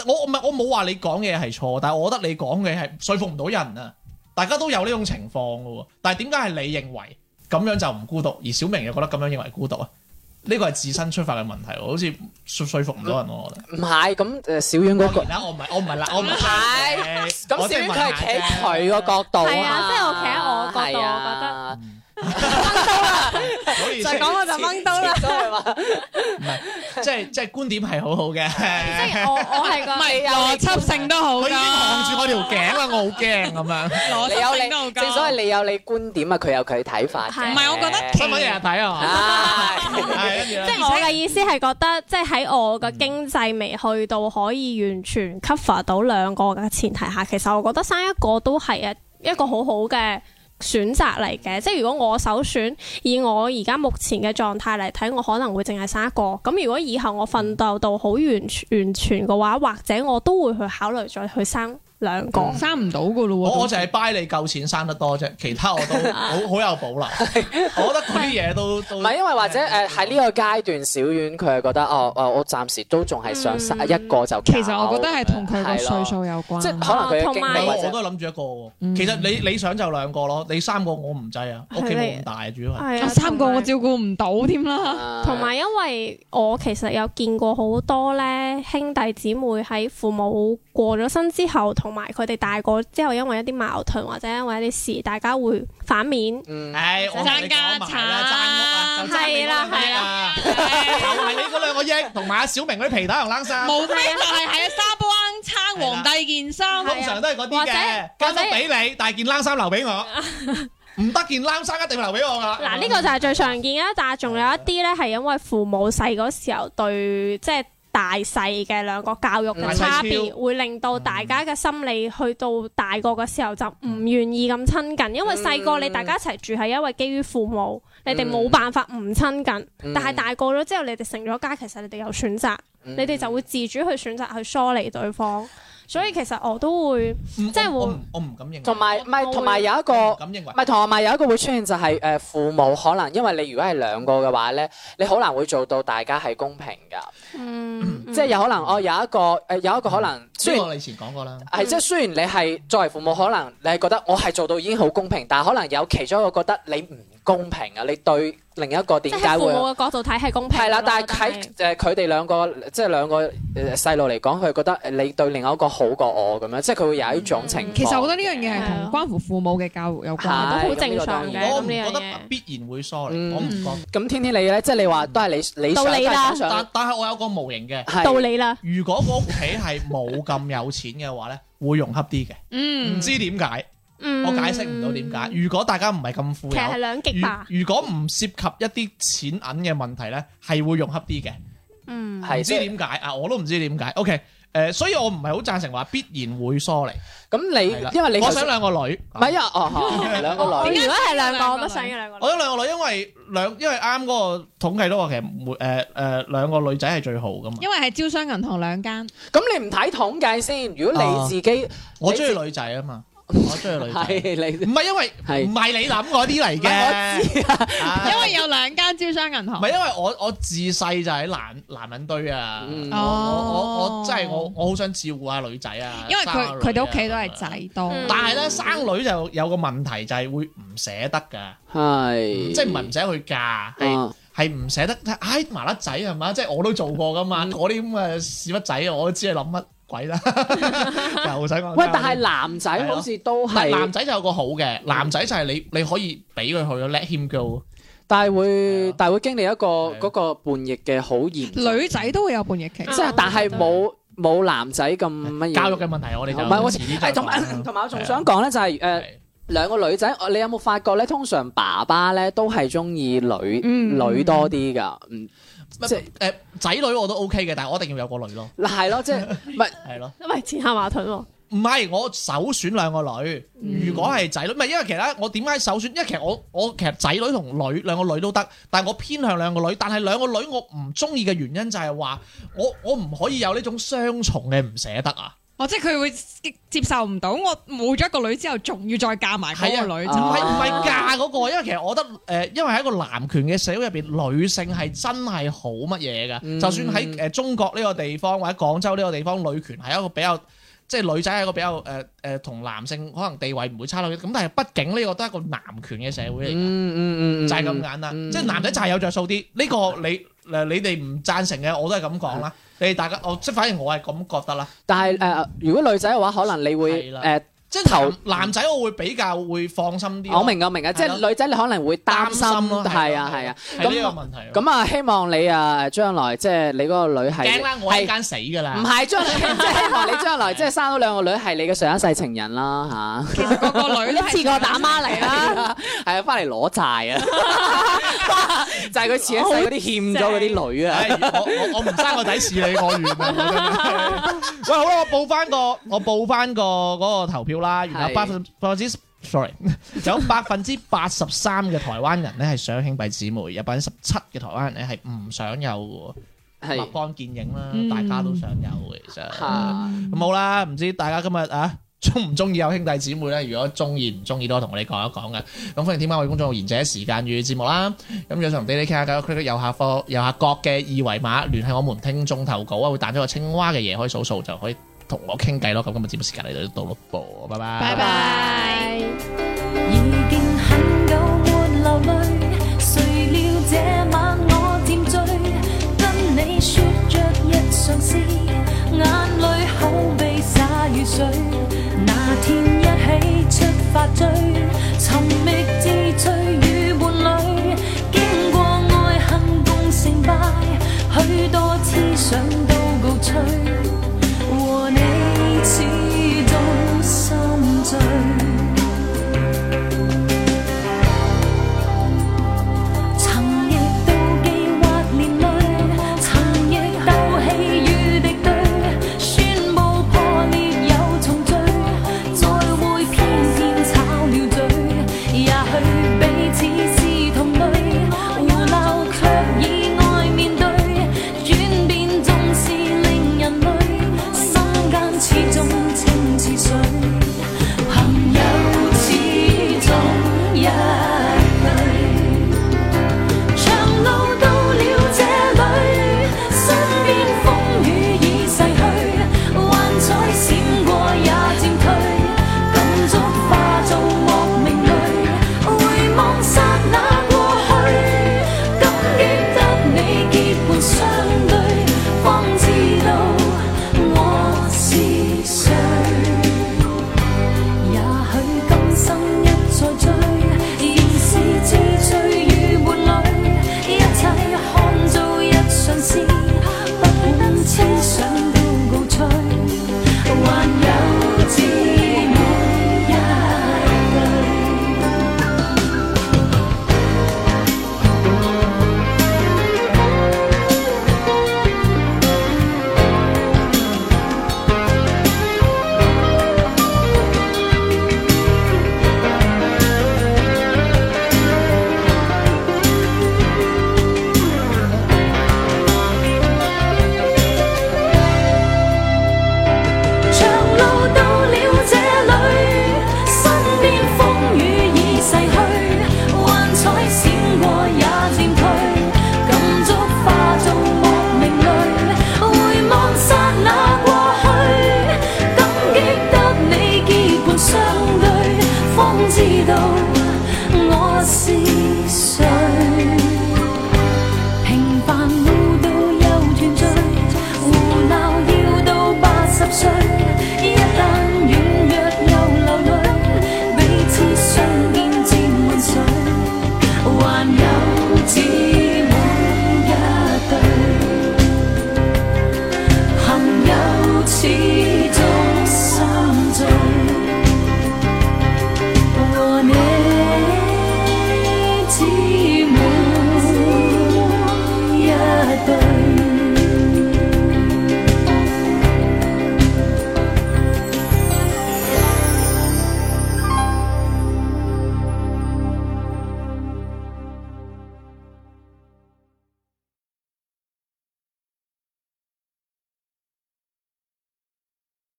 A: 我唔係我冇話你講嘅係錯，但係我覺得你講嘅係說服唔到人啊！大家都有呢種情況嘅喎，但係點解係你認為咁樣就唔孤獨，而小明又覺得咁樣認為孤獨啊？呢個係自身出發嘅問題喎，好似說說服唔到人喎，我覺得。
B: 唔係咁誒小遠嗰個
A: 當然。啦，我唔係我唔係啦，我 唔
B: 唔係
C: 啊
B: 咁小遠佢係企佢個角度
C: 係啊即係我企喺我角度
B: 係啊
A: 係
C: 就係講我就掹刀啦。
B: 即係話
A: 即係即係觀點係好好 嘅。
C: 即係我我係
H: 唔
C: 個
H: 係邏輯性都好
A: 佢
H: 㗎，
A: 已經扛住我條頸啦，我好驚咁樣。
H: 邏
B: 你有
H: 輯性都好
B: 你，
H: 㗎。
B: 正所謂你有你觀點啊，佢有佢睇法嘅。
C: 係
H: 唔係我覺得
A: 新聞日日睇啊，
B: 係
A: 係跟住咧
C: 即係我嘅意思係覺得，即係喺我嘅經濟未去到可以完全 cover 到兩個嘅前提下，其實我覺得生一個都係一一個好好嘅選擇嚟嘅。即係如果我首選，以我而家目前嘅狀態嚟睇，我可能會淨係生一個。咁如果以後我奮鬥到好完全完全嘅話，或者我都會去考慮再去生兩個。
H: 生唔到㗎咯喎，
A: 我我就係 buy 你夠錢生得多啫，其他我都好好有保留。我覺得嗰啲嘢都都
B: 唔係因為或者誒喺呢個階段，小遠佢係覺得哦哦，我暫時都仲係想生
C: 嗯
B: 一個就
H: 其實我覺得係同佢個
B: 係
H: 歲
B: 咯
H: 數有關，
B: 即係可能佢嘅經
C: 同埋
B: 歷
A: 我
B: 或
A: 我
B: 者
A: 都諗住一個喎。
H: 嗯
A: 其實你理想就兩個咯，你三個我唔制啊，屋企冇咁大主要係。
C: 係
H: 啊
C: 啊，
H: 三個
C: 同
H: 我
C: 埋
H: 照顧唔 到添啦。
B: 啊
C: 同埋因為我其實有見過好多咧兄弟姊妹喺父母過咗身之後，同埋佢哋大個之後，因為一啲矛盾或者因為一啲事，大家會反面。
B: 嗯
A: 唉，我同你講埋啦，爭屋啊，就爭你嗰兩個億啊，就係你嗰兩個億，同埋阿小明嗰啲皮帶同冷衫，
H: 無非就係喺沙煲罌撐皇帝件衫，
A: 通常都係嗰啲
C: 或者
A: 嘅，間屋俾你，但係件冷衫留俾我，唔得件冷衫一定留俾我噶啦。
C: 嗱，呢個就係最常見嘅，但係仲有一啲咧係因為父母細嗰時候對即係大細嘅兩個教育嘅差別，會令到大家嘅心理去到大個嘅時候就唔願意咁親近，
B: 嗯
C: 因為細個你大家一齊住係因為基於父母，你哋冇辦法唔親近。
B: 嗯
C: 但係大個咗之後，你哋成咗家，其實你哋有選擇，
B: 嗯
C: 你哋就會自主去選擇去疏離對方。所以其實我都會，
A: 即
C: 係會
A: 嗯我唔我唔敢認為，
B: 同埋唔係
C: 我
B: 同埋有一個
A: 唔。敢認為
B: 唔。係，同埋有一個會出現就係、誒、父母可能，因為你如果係兩個嘅話咧，你好難會做到大家係公平㗎，
C: 嗯，
B: 即係有可能我、哦有一個誒、有一個可能，雖
A: 雖然
B: 然
A: 我以前講過啦，
B: 係即係雖然你係作為父母，可能你係覺得我係做到已經好公平，但係可能有其中一個覺得你唔公平啊，你對另一個
C: 即
B: 點
C: 係
B: 解
C: 父
B: 會
C: 母嘅角度睇係公平嘅咯。
B: 係啦？但係
C: 係
B: 喺誒佢哋兩個即係兩個誒細路嚟講，佢覺得誒你對另一個好過我咁樣，即係佢會有一種情況。
H: 其實我覺得呢樣嘢係
C: 係
H: 同
C: 啊
H: 關乎父母嘅教育有
B: 係
H: 關。
C: 都好
B: 咁呢
C: 正
B: 個當
C: 常
B: 然
C: 嘅。
A: 我
C: 咁
A: 唔
C: 呢
A: 覺
C: 樣
A: 得
C: 嘢。
A: 必然會疏離，
B: 嗯
A: 我唔覺。
B: 咁天天你咧，即係你話都係你你想
C: 到你啦
B: 都係想
A: 但但係我有個模型嘅，
B: 係
C: 道理啦，
A: 如果個屋企係冇咁有錢嘅話咧，會融洽啲嘅。
H: 嗯
A: 唔知點解，
C: 嗯
A: 我解釋唔到點解。如果大家唔係咁富
C: 其實係
A: 有，
C: 兩極吧，
A: 如如果唔涉及一啲錢銀嘅問題咧，係會融洽啲嘅。
C: 嗯，
A: 唔
B: 係
A: 知
B: 即係
A: 點解啊？我都唔知點解。OK，誒、所以我唔係好贊成話必然會疏離。
B: 咁
A: 係啦
B: 你因為你
A: 我
B: 頭先
A: 想兩個女，
B: 唔係因為哦 哦兩
C: 我
B: 個
C: 如
B: 女
C: 果係兩個，
H: 兩個
C: 我都想要兩個
A: 我。有兩個女，因為兩因為啱嗰個統計都話其實每誒誒兩個女仔係最好噶嘛。
H: 因為係招商銀行兩間，
B: 咁你唔睇統計先，如果
A: 啊
B: 你自己
A: 我中意女仔啊嘛，我中意女仔。
B: 係你
A: 唔係因為
B: 係
A: 唔係你諗嗰啲嚟
B: 唔係
A: 嘅
B: 我，知啊，
A: 啊
H: 因為有兩間招商銀
A: 唔
H: 行
A: 係。因為我我自細就喺男男人堆啊。
B: 嗯
A: 我
H: 哦
A: 我我我真係我我好想照顧下女仔啊，
H: 因為
A: 生下
H: 佢
A: 女
H: 佢哋屋企
A: 啊
H: 都係仔多，
C: 嗯
A: 但係咧，生女就有個問題就係會唔捨得㗎，
B: 係
H: 嗯
A: 即係唔係唔捨得佢嫁，係
B: 啊
A: 係唔捨得。唉，麻甩仔係嘛？即係我都做過㗎嘛，
B: 嗯
A: 嗰啲咁嘅屎忽仔，我都知你諗乜鬼 啦。又想講。
B: 喂，但係男仔
A: 係咯
B: 好似都
A: 唔係
B: 係
A: 男仔就有個好嘅，男仔就係你你可以俾佢去咯，let him go。
B: 但係會
D: 係啊
B: 但係會經歷一個
D: 係啊
B: 嗰個叛逆嘅好嚴重，
H: 女仔都會有叛逆期，
B: 即係但係冇冇男仔咁乜嘢
D: 教育嘅問題，我哋就
B: 唔係我
D: 遲啲
B: 誒
D: 再
B: 同埋
D: 講
B: 同埋我仲
A: 啊
B: 想講咧，就係誒兩個女仔，你有冇發覺咧？通常爸爸咧都係中意女
H: 嗯
B: 女多啲㗎，嗯， 即係
D: 誒仔女我都 OK 嘅，但係我一定要有個女咯，
B: 嗱係咯，即係唔係
D: 係咯。
C: 喂，前下矛盾喎，
A: 唔係，我首選兩個女。如果係仔女，唔係因為其實我點解首選？因為其實我我其實仔女同女兩個女都得，但係我偏向兩個女。但係兩個女我唔中意嘅原因就係話，我我唔可以有呢種雙重嘅唔捨得啊。
H: 哦，即係佢會接受唔到，我冇咗一個女之後，仲要再嫁埋嗰個女，
B: 係
A: 唔
B: 啊
A: 係唔
B: 啊
A: 係嫁嗰個，因為其實我覺得誒、呃因為喺一個男權嘅社會入邊，女性係真係好乜嘢㗎。
B: 嗯
A: 就算喺誒、呃中國呢個地方或者廣州呢個地方，女權係一個比較。即係女仔係一個比較誒誒同男性可能地位唔會差到咁，但係畢竟呢個都係一個男權嘅社會嚟㗎。
B: 嗯嗯嗯嗯，
A: 就係咁簡單，
B: 嗯
A: 即係男仔就係有着數啲。呢、個你誒你哋唔贊成嘅，我都係咁講啦。你哋大家我即係反而我係咁覺得啦。
B: 但係誒，如果女仔嘅話，可能你會
D: 係啦
B: 誒，
A: 即係頭
B: 頭
A: 男仔我會比較會放心啲咯。
B: 我明我明啊，即
A: 係咯
B: 係女仔你可能會擔心，
A: 擔心咯
B: 係啊
A: 係咯
B: 係啊。
A: 係呢個問題咯。
B: 咁啊，希望你啊，將來即係你嗰個女係
A: 驚啦，我一
B: 係
A: 間死㗎啦。
B: 唔係將 來即係希望你將來即係生到兩個女係你嘅上一世情人啦
H: 其實個個女都
C: 一次過打孖嚟
B: 嚇，係
C: 啦，
B: 啊，係啊，翻嚟攞債啊， 就係佢前一世嗰啲欠咗嗰啲女啊
A: 唉。我我我唔生個底試你我完啦！我真係 喂，好啦，我報翻個我報翻個嗰個投票啦。原來
B: 係
A: 百分百分之 sorry 有百分之八十三嘅台灣人咧係想兄弟姊妹，有百分之十七嘅台灣人咧係唔想有嘅。立
B: 係
A: 竿見影啦，
H: 嗯
A: 大家都想有嘅其實。
B: 嚇
A: 咁好啦，唔知大家今日啊中唔中意有兄弟姊妹咧？如果中意唔中意都同我哋講一講嘅。咁歡迎添加我哋公眾號《賢者時間與節目》啦。咁有同你哋傾下偈，click 右下方右下角嘅二維碼聯繫我們聽眾投稿啊，會彈咗個青蛙嘅嘢可以數數就可以同我傾偈咯。咁今日節目時間嚟到呢度咯噃，拜拜。
H: 拜拜。
E: 已經很久沒流淚，誰料這晚我漸醉，跟你説着日常事，眼淚口鼻灑雨水。那天一起出發追，尋覓志趣與